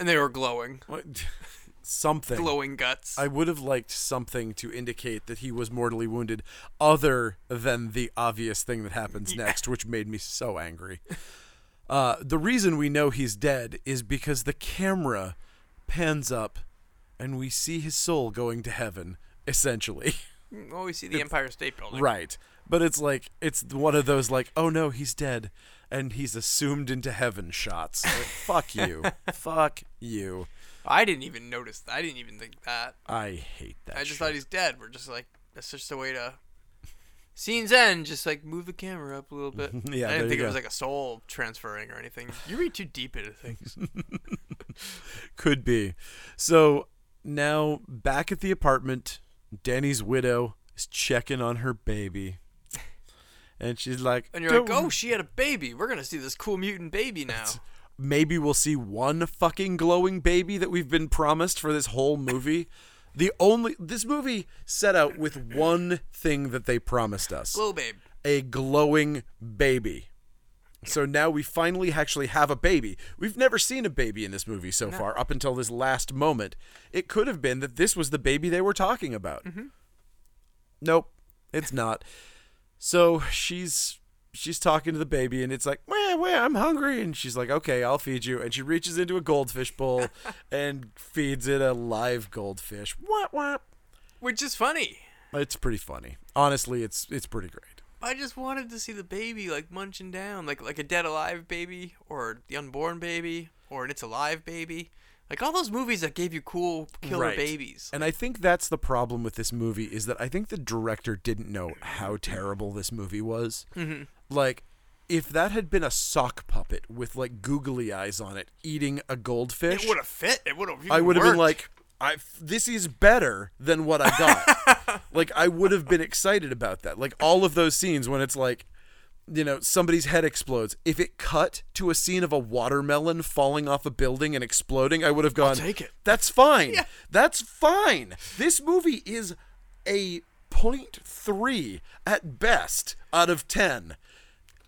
Speaker 2: And they were glowing,
Speaker 1: What- Something.
Speaker 2: glowing guts.
Speaker 1: I would have liked something to indicate that he was mortally wounded, other than the obvious thing that happens next, which made me so angry. Uh, the reason we know he's dead is because the camera pans up and we see his soul going to heaven, essentially.
Speaker 2: oh, we see the Empire State Building.
Speaker 1: right. But it's like, it's one of those, like, oh no, he's dead. And he's assumed into heaven shots. Like, fuck you. Fuck you.
Speaker 2: I didn't even notice. that. I didn't even think that.
Speaker 1: I hate that.
Speaker 2: I just
Speaker 1: shit.
Speaker 2: thought he's dead. We're just like that's just a way to scenes end. Just like move the camera up a little bit.
Speaker 1: Yeah,
Speaker 2: I
Speaker 1: there
Speaker 2: didn't think
Speaker 1: you
Speaker 2: it was
Speaker 1: go.
Speaker 2: like a soul transferring or anything. You read too deep into things.
Speaker 1: Could be. So now back at the apartment, Danny's widow is checking on her baby. And she's like,
Speaker 2: And you're like,
Speaker 1: "Don't-
Speaker 2: oh, she had a baby. We're gonna see this cool mutant baby now.
Speaker 1: maybe we'll see one fucking glowing baby that we've been promised for this whole movie. The only this movie set out with one thing that they promised us
Speaker 2: Glow babe.
Speaker 1: a glowing baby. So now we finally actually have a baby. We've never seen a baby in this movie so far, up until this last moment. It could have been that this was the baby they were talking about. Nope, it's not. So she's she's talking to the baby, and it's like, "Wah, wah, I'm hungry," and she's like, "Okay, I'll feed you." And she reaches into a goldfish bowl and feeds it a live goldfish. What? What?
Speaker 2: Which is funny.
Speaker 1: It's pretty funny. Honestly, it's it's pretty great.
Speaker 2: I just wanted to see the baby like munching down, like like a dead alive baby or the unborn baby or an it's alive baby, like all those movies that gave you cool killer
Speaker 1: Right.
Speaker 2: babies.
Speaker 1: And I think that's the problem with this movie is that I think the director didn't know how terrible this movie was. Like, if that had been a sock puppet with like googly eyes on it eating a goldfish,
Speaker 2: It would have fit. It would have.
Speaker 1: I would have been like, I this is better than what I got. like I would have been excited about that. Like all of those scenes when it's like you know, somebody's head explodes. If it cut to a scene of a watermelon falling off a building and exploding, I would have gone,
Speaker 2: take it.
Speaker 1: That's fine. That's fine. This movie is a 0.3 at best out of 10.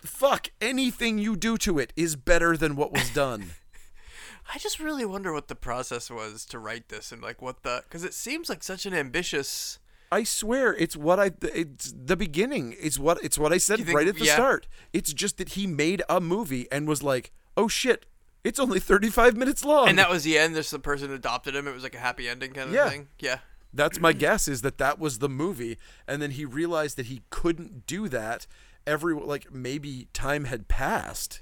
Speaker 1: Fuck, anything you do to it is better than what was done.
Speaker 2: I just really wonder what the process was to write this and like what the because it seems like such an ambitious.
Speaker 1: I swear it's what I it's the beginning. It's what it's what I said
Speaker 2: think-
Speaker 1: right at the
Speaker 2: yeah.
Speaker 1: start. It's just that he made a movie and was like, "Oh shit, it's only 35 minutes long."
Speaker 2: And that was the end. This the person adopted him. It was like a happy ending kind of
Speaker 1: Yeah.
Speaker 2: thing. Yeah.
Speaker 1: That's my guess is that that was the movie and then he realized that he couldn't do that. Every like maybe time had passed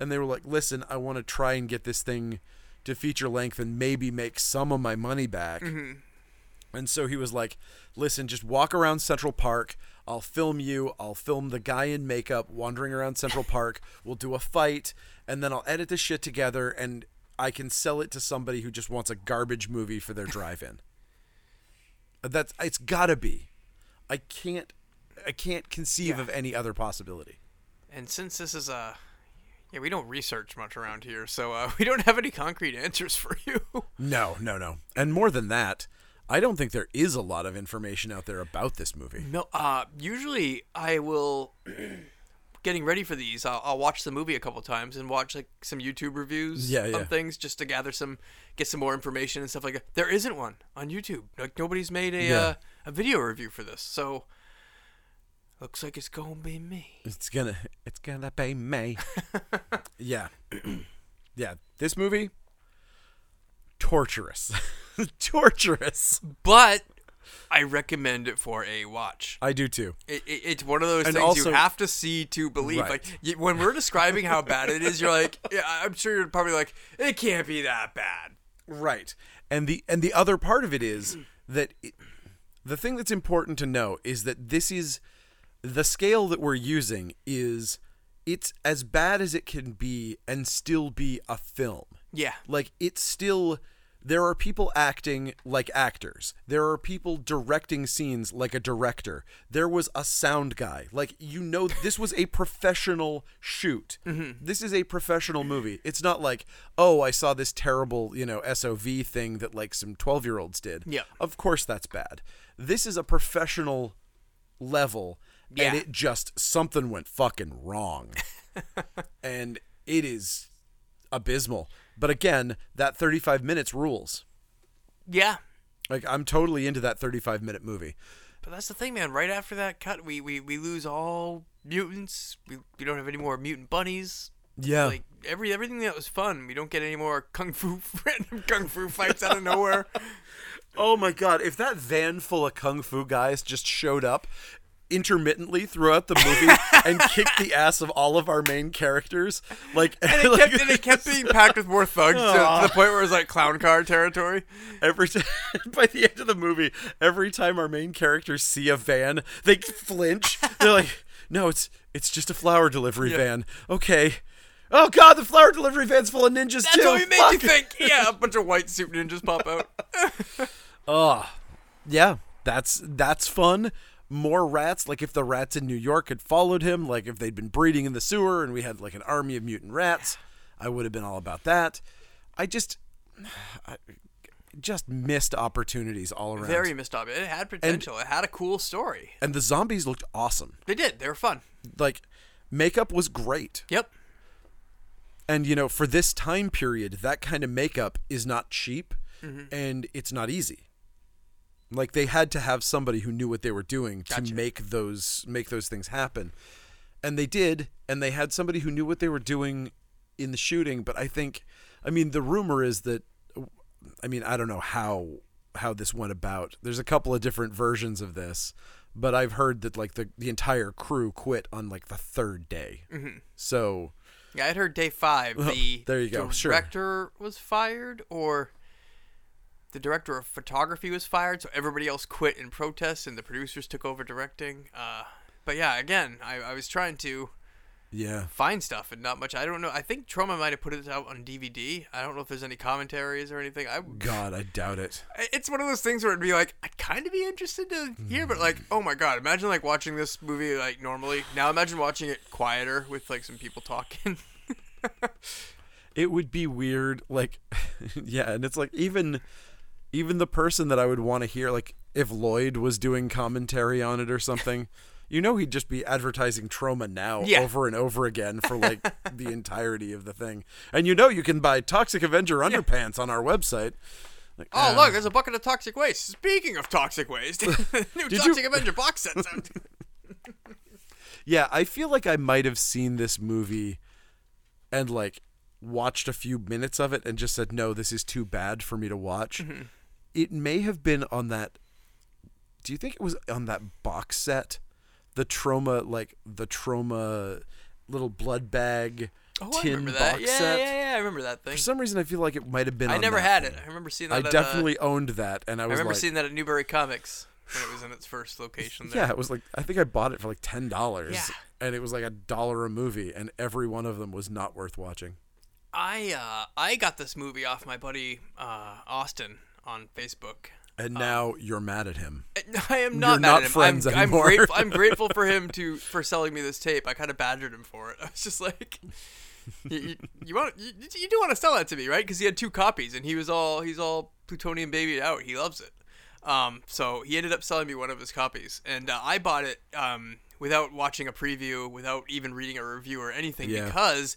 Speaker 1: and they were like, "Listen, I want to try and get this thing to feature length and maybe make some of my money back." And so he was like, listen, just walk around Central Park. I'll film you. I'll film the guy in makeup wandering around Central Park. We'll do a fight, and then I'll edit the shit together, and I can sell it to somebody who just wants a garbage movie for their drive-in. That's it's gotta be. I can't, I can't conceive of any other possibility.
Speaker 2: And since this is a. Yeah, we don't research much around here, so uh, we don't have any concrete answers for you.
Speaker 1: No, no, no. And more than that, I don't think there is a lot of information out there about this movie.
Speaker 2: No, uh, usually I will. getting ready for these, I'll, I'll watch the movie a couple times and watch like some YouTube reviews
Speaker 1: Yeah,
Speaker 2: on
Speaker 1: yeah.
Speaker 2: things just to gather some, get some more information and stuff like that. There isn't one on YouTube. Like nobody's made a
Speaker 1: Yeah.
Speaker 2: uh, a video review for this, so looks like it's gonna be me.
Speaker 1: It's gonna it's gonna be me. yeah. Yeah. This movie torturous. torturous.
Speaker 2: But I recommend it for a watch.
Speaker 1: I do too.
Speaker 2: It, it, it's one of those
Speaker 1: And
Speaker 2: things
Speaker 1: also-
Speaker 2: you have to see to believe.
Speaker 1: Right.
Speaker 2: Like y when we're describing how bad it is, you're like, yeah, I'm sure you're probably like, it can't be that bad.
Speaker 1: Right. And the and the other part of it is that it, the thing that's important to know is that this is the scale that we're using is it's as bad as it can be and still be a film.
Speaker 2: Yeah.
Speaker 1: Like it's still there are people acting like actors. There are people directing scenes like a director. There was a sound guy. Like you know this was a professional shoot. This is a professional movie. It's not like, "Oh, I saw this terrible, you know, SOV thing that like some 12-year-olds did."
Speaker 2: Yeah.
Speaker 1: Of course that's bad. This is a professional level
Speaker 2: Yeah.
Speaker 1: and it just something went fucking wrong. and it is abysmal. But again, that 35 minutes rules.
Speaker 2: Yeah.
Speaker 1: Like I'm totally into that 35 minute movie.
Speaker 2: But that's the thing, man. Right after that cut, we, we, we lose all mutants. We, we don't have any more mutant bunnies.
Speaker 1: Yeah.
Speaker 2: Like every everything that was fun, we don't get any more kung fu random kung fu fights out of nowhere.
Speaker 1: oh my god, if that van full of kung fu guys just showed up intermittently throughout the movie and kicked the ass of all of our main characters, like
Speaker 2: And it kept and it kept being packed with more thugs to, to the point where it was like clown car territory.
Speaker 1: every time by the end of the movie, every time our main characters see a van, they flinch. They're like, "No, it's it's just a flower delivery van." Okay. Oh god, the flower delivery van's full of ninjas
Speaker 2: That's
Speaker 1: too.
Speaker 2: what we made you
Speaker 1: Fuck.
Speaker 2: think. Yeah, a bunch of white suit ninjas pop out.
Speaker 1: Yeah, that's that's fun. More rats, like if the rats in New York had followed him, like if they'd been breeding in the sewer and we had like an army of mutant rats, I would have been all about that. I just I just missed opportunities all around.
Speaker 2: Very missed op. It had potential. it had a cool story.
Speaker 1: and the zombies looked awesome.
Speaker 2: They did. They were fun.
Speaker 1: Like makeup was great.
Speaker 2: Yep.
Speaker 1: And you know, for this time period, that kind of makeup is not cheap and it's not easy. Like they had to have somebody who knew what they were doing to make those make those things happen. And they did, and they had somebody who knew what they were doing in the shooting, but I think I mean the rumor is that I mean, I don't know how how this went about. There's a couple of different versions of this, but I've heard that like the the entire crew quit on like the third day. So
Speaker 2: Yeah, I'd heard day five. The
Speaker 1: there you go, sure.
Speaker 2: director was fired, or the director of photography was fired, so everybody else quit in protest, and the producers took over directing. Uh, but yeah, again, I, I was trying to
Speaker 1: yeah,
Speaker 2: find stuff and not much. I don't know. I think Trauma might have put it out on DVD. I don't know if there's any commentaries or anything. I
Speaker 1: God, I doubt it.
Speaker 2: it's one of those things where it'd be like I'd kind of be interested to hear, but like, oh my god, imagine like watching this movie like normally. Now imagine watching it quieter with like some people talking.
Speaker 1: It would be weird, like yeah, and it's like even even the person that I would want to hear, like if Lloyd was doing commentary on it or something, you know he'd just be advertising trauma now
Speaker 2: Yeah.
Speaker 1: over and over again for like the entirety of the thing. And you know you can buy Toxic Avenger underpants on our website. Like,
Speaker 2: oh
Speaker 1: uh,
Speaker 2: look, there's a bucket of toxic waste. Speaking of toxic waste, new
Speaker 1: you-
Speaker 2: Toxic Avenger box sets. out.
Speaker 1: Yeah, I feel like I might have seen this movie and like watched a few minutes of it and just said, no, this is too bad for me to watch.
Speaker 2: Mm-hmm.
Speaker 1: It may have been on that. Do you think it was on that box set? The trauma, like the trauma little blood bag
Speaker 2: oh, I
Speaker 1: tin
Speaker 2: remember that.
Speaker 1: box
Speaker 2: yeah,
Speaker 1: set.
Speaker 2: yeah, yeah, I remember that thing.
Speaker 1: For some reason, I feel like it might have been.
Speaker 2: I
Speaker 1: on
Speaker 2: never
Speaker 1: that
Speaker 2: had
Speaker 1: thing.
Speaker 2: it. I remember seeing that.
Speaker 1: I
Speaker 2: at, uh,
Speaker 1: definitely owned that, and I
Speaker 2: I
Speaker 1: was
Speaker 2: remember
Speaker 1: like,
Speaker 2: seeing that at Newberry Comics when it was in its first location. There.
Speaker 1: Yeah, it was like I think I bought it for like ten dollars,
Speaker 2: Yeah.
Speaker 1: and it was like a dollar a movie, and every one of them was not worth watching.
Speaker 2: I uh, I got this movie off my buddy uh, Austin on Facebook.
Speaker 1: And now you're mad at him.
Speaker 2: I am not mad
Speaker 1: not
Speaker 2: at him.
Speaker 1: friends
Speaker 2: I'm,
Speaker 1: anymore.
Speaker 2: I'm grateful. I'm grateful for him to for selling me this tape. I kind of badgered him for it. I was just like, you, you, you want you, you do want to sell that to me, right? Because he had two copies, and he was all he's all plutonium baby out. He loves it. Um, so he ended up selling me one of his copies, and uh, I bought it um, without watching a preview, without even reading a review or anything,
Speaker 1: Yeah.
Speaker 2: because.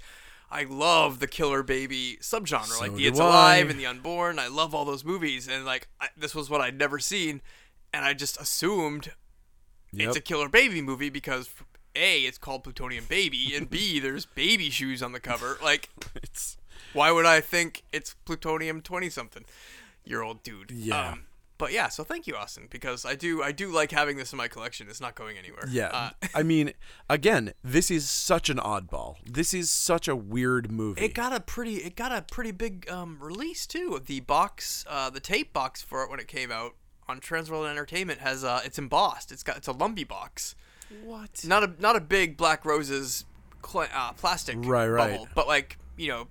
Speaker 2: I love the killer baby subgenre, like the
Speaker 1: do
Speaker 2: It's Alive
Speaker 1: I.
Speaker 2: and the Unborn. I love all those movies, and like I, this was what I'd never seen, and I just assumed
Speaker 1: Yep.
Speaker 2: it's a killer baby movie because a it's called plutonium baby and b there's baby shoes on the cover like
Speaker 1: It's-
Speaker 2: why would i think it's plutonium 20 something year old dude Um,
Speaker 1: Yeah.
Speaker 2: but yeah so thank you austin because i do i do like having this in my collection it's not going anywhere
Speaker 1: yeah.
Speaker 2: Uh,
Speaker 1: I mean, again, this is such an oddball. This is such a weird movie.
Speaker 2: it got a pretty it got a pretty big um, release too of the box uh, the tape box for it when it came out on transworld entertainment has uh, it's embossed it's got it's a lumpy box
Speaker 1: what?
Speaker 2: not a not a big black roses cl- uh, plastic
Speaker 1: Right, right.
Speaker 2: bubble, but like you know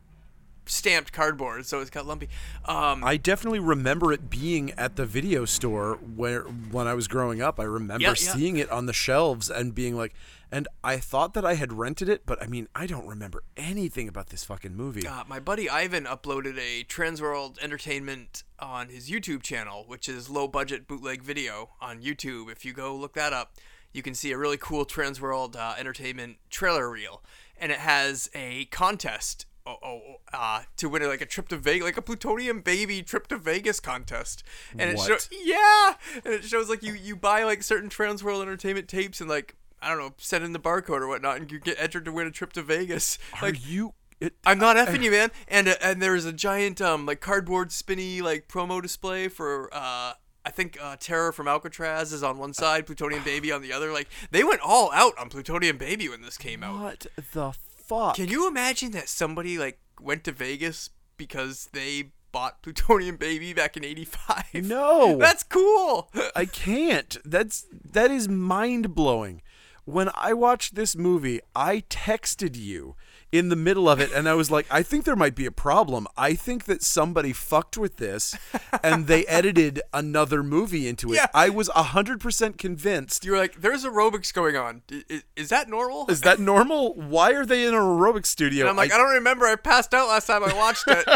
Speaker 2: stamped cardboard so it's got lumpy um
Speaker 1: I definitely remember it being at the video store where when I was growing up. I remember
Speaker 2: Yeah, yeah.
Speaker 1: seeing it on the shelves and being like, and I thought that I had rented it, but I mean, I don't remember anything about this fucking movie.
Speaker 2: uh, my buddy Ivan uploaded a Transworld Entertainment on his YouTube channel, which is low budget bootleg video on YouTube. If you go look that up, you can see a really cool Transworld uh, Entertainment trailer reel, and it has a contest oh, oh, oh, uh, to win like a trip to Vegas, like a plutonium baby trip to Vegas contest, and it shows
Speaker 1: What?
Speaker 2: yeah, and it shows like you you buy like certain Transworld Entertainment tapes and like. I don't know, send in the barcode or whatnot, and you get entered to win a trip to Vegas.
Speaker 1: Are
Speaker 2: like,
Speaker 1: you? It,
Speaker 2: I'm not effing you, man. And uh, and there is a giant um like cardboard spinny like promo display for uh I think uh, Terror from Alcatraz is on one side, Plutonium Baby on the other. Like they went all out on Plutonium Baby when this came out.
Speaker 1: what the fuck?
Speaker 2: Can you imagine that somebody like went to Vegas because they bought Plutonium Baby back in '85?
Speaker 1: No.
Speaker 2: that's cool.
Speaker 1: I can't. That's that is mind blowing. When I watched this movie, I texted you in the middle of it and I was like, I think there might be a problem. I think that somebody fucked with this and they edited another movie into it.
Speaker 2: Yeah.
Speaker 1: I was 100% convinced.
Speaker 2: You're like, there's aerobics going on. I- i- is that normal?
Speaker 1: Is that normal? Why are they in an aerobic studio?
Speaker 2: And I'm like, I, don't remember. I passed out last time I watched it.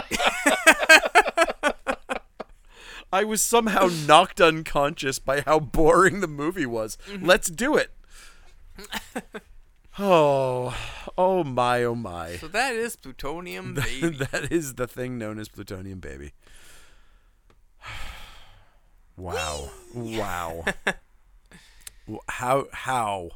Speaker 1: I was somehow knocked unconscious by how boring the movie was. Let's do it. Oh, oh my, oh my.
Speaker 2: So that is plutonium baby.
Speaker 1: that is the thing known as plutonium baby. Wow. Wow. W- how how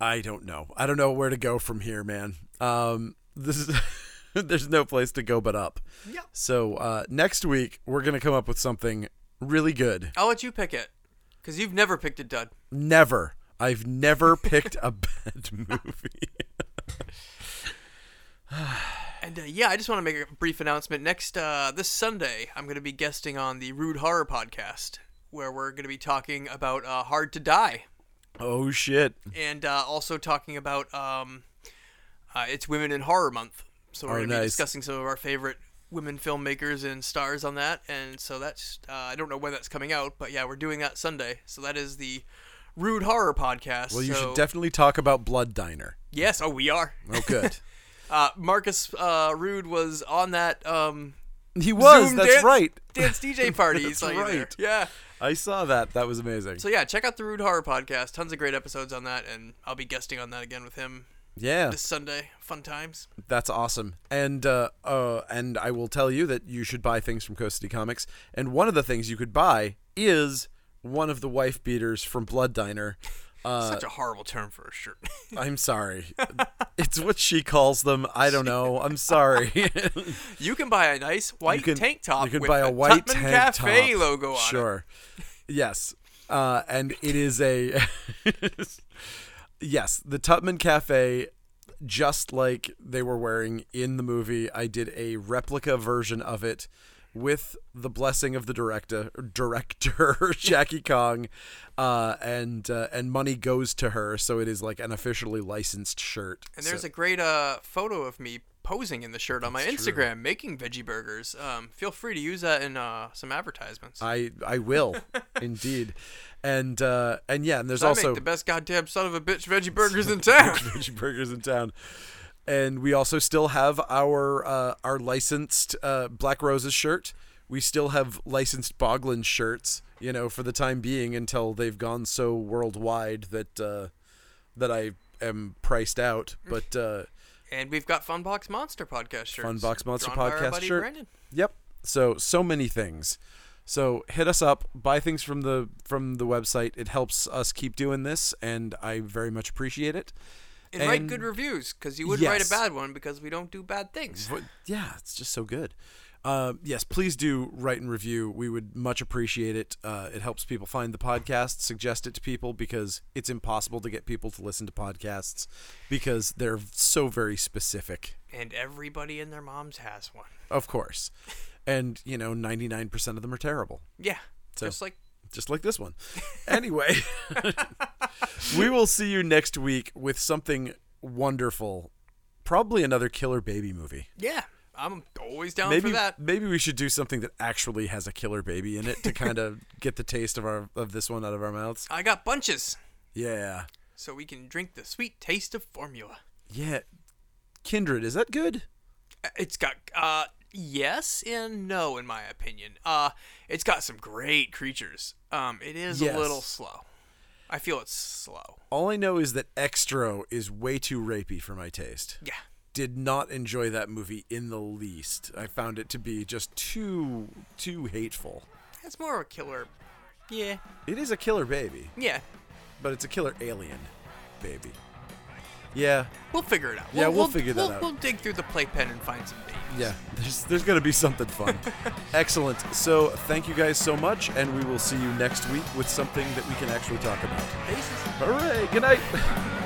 Speaker 1: I don't know. I don't know where to go from here, man. Um this is there's no place to go but up.
Speaker 2: Yeah.
Speaker 1: So, uh next week we're going to come up with something really good.
Speaker 2: I'll let you pick it, cause you've never picked a dud.
Speaker 1: Never. I've never picked a bad movie.
Speaker 2: And uh, yeah, I just want to make a brief announcement. Next, uh, this Sunday, I'm going to be guesting on the Rude Horror Podcast, where we're going to be talking about uh, Hard to Die
Speaker 1: oh shit.
Speaker 2: and uh, also talking about um, uh, it's Women in Horror Month. So we're
Speaker 1: Oh,
Speaker 2: going to be
Speaker 1: nice.
Speaker 2: discussing some of our favorite women filmmakers and stars on that. And so that's, uh, I don't know when that's coming out, but yeah, we're doing that Sunday. So that is the Rude Horror Podcast.
Speaker 1: Well, you
Speaker 2: so,
Speaker 1: should definitely talk about Blood Diner.
Speaker 2: Yes, oh, we are.
Speaker 1: Oh good.
Speaker 2: Uh, Marcus uh, Rude was on that. Um,
Speaker 1: He was.
Speaker 2: Zoom
Speaker 1: that's
Speaker 2: dance-
Speaker 1: right.
Speaker 2: Dance DJ party.
Speaker 1: That's
Speaker 2: so you there.
Speaker 1: right.
Speaker 2: Yeah.
Speaker 1: I saw that. That was amazing.
Speaker 2: So yeah, check out the Rude Horror podcast. Tons of great episodes on that, and I'll be guesting on that again with him
Speaker 1: yeah,
Speaker 2: this Sunday. Fun times.
Speaker 1: that's awesome. And uh, uh, and I will tell you that you should buy things from Coast City Comics. And one of the things you could buy is one of the wife beaters from Blood Diner. Uh,
Speaker 2: Such a horrible term for a shirt.
Speaker 1: I'm sorry. it's what she calls them. I don't know. I'm sorry.
Speaker 2: you can buy a nice white
Speaker 1: you can,
Speaker 2: tank top.
Speaker 1: You can
Speaker 2: with
Speaker 1: buy
Speaker 2: the
Speaker 1: a white
Speaker 2: Tutman
Speaker 1: tank
Speaker 2: Cafe
Speaker 1: top.
Speaker 2: logo on it.
Speaker 1: Sure. Yes. Uh, and it is a yes, the Tutman Cafe. Just like they were wearing in the movie, I did a replica version of it with the blessing of the director, director Jackie Kong, uh, and uh, and money goes to her, so it is like an officially licensed shirt.
Speaker 2: And there's a great uh, photo of me posing in the shirt on my Instagram, making veggie burgers. Um, feel free to use that in uh, some advertisements.
Speaker 1: I I will indeed, and uh, and yeah, and there's
Speaker 2: I
Speaker 1: also
Speaker 2: make the best goddamn son of a bitch veggie burgers in town.
Speaker 1: veggie burgers in town. And we also still have our uh, our licensed uh, Black Roses shirt. We still have licensed Boglin shirts, you know, for the time being until they've gone so worldwide that uh, that I am priced out. But uh,
Speaker 2: And we've got Funbox Monster podcast shirts.
Speaker 1: Funbox Monster
Speaker 2: drawn by our
Speaker 1: Podcast
Speaker 2: buddy
Speaker 1: shirt.
Speaker 2: Brandon.
Speaker 1: Yep. So so many things. So hit us up, buy things from the from the website. It helps us keep doing this, and I very much appreciate it.
Speaker 2: And, write
Speaker 1: And-
Speaker 2: good reviews because you would write a
Speaker 1: Yes.
Speaker 2: bad one because we don't do bad things.
Speaker 1: But yeah, it's just so good. Uh, yes, please do write and review. We would much appreciate it. Uh, it helps people find the podcast, suggest it to people because it's impossible to get people to listen to podcasts because they're so very specific,
Speaker 2: And everybody and their moms has one.
Speaker 1: of course. And, you know, 99% of them are terrible.
Speaker 2: Yeah.
Speaker 1: So-
Speaker 2: Just like
Speaker 1: just like this one. Anyway, we will see you next week with something wonderful. Probably another killer baby movie.
Speaker 2: yeah, I'm always down
Speaker 1: Maybe
Speaker 2: for that.
Speaker 1: maybe we should do something that actually has a killer baby in it to kind of get the taste of our of this one out of our mouths.
Speaker 2: I got bunches,
Speaker 1: Yeah.
Speaker 2: so we can drink the sweet taste of formula.
Speaker 1: Yeah. Kindred, is that good?
Speaker 2: Uh, It's got uh yes and no in my opinion. Uh, it's got some great creatures. Um, it is
Speaker 1: Yes.
Speaker 2: a little slow. I feel it's slow.
Speaker 1: All I know is that Extro is way too rapey for my taste.
Speaker 2: Yeah.
Speaker 1: Did not enjoy that movie in the least. I found it to be just too too hateful.
Speaker 2: It's more of a killer. Yeah.
Speaker 1: It is a killer baby.
Speaker 2: Yeah.
Speaker 1: but it's a killer alien baby. Yeah,
Speaker 2: We'll figure it out.
Speaker 1: Yeah, we'll figure that
Speaker 2: we'll-
Speaker 1: out.
Speaker 2: We'll dig through the playpen and find some babies.
Speaker 1: yeah. There's there's gonna be something fun. Excellent. So thank you guys so much, and we will see you next week with something that we can actually talk about.
Speaker 2: Bases.
Speaker 1: Hooray! Good night.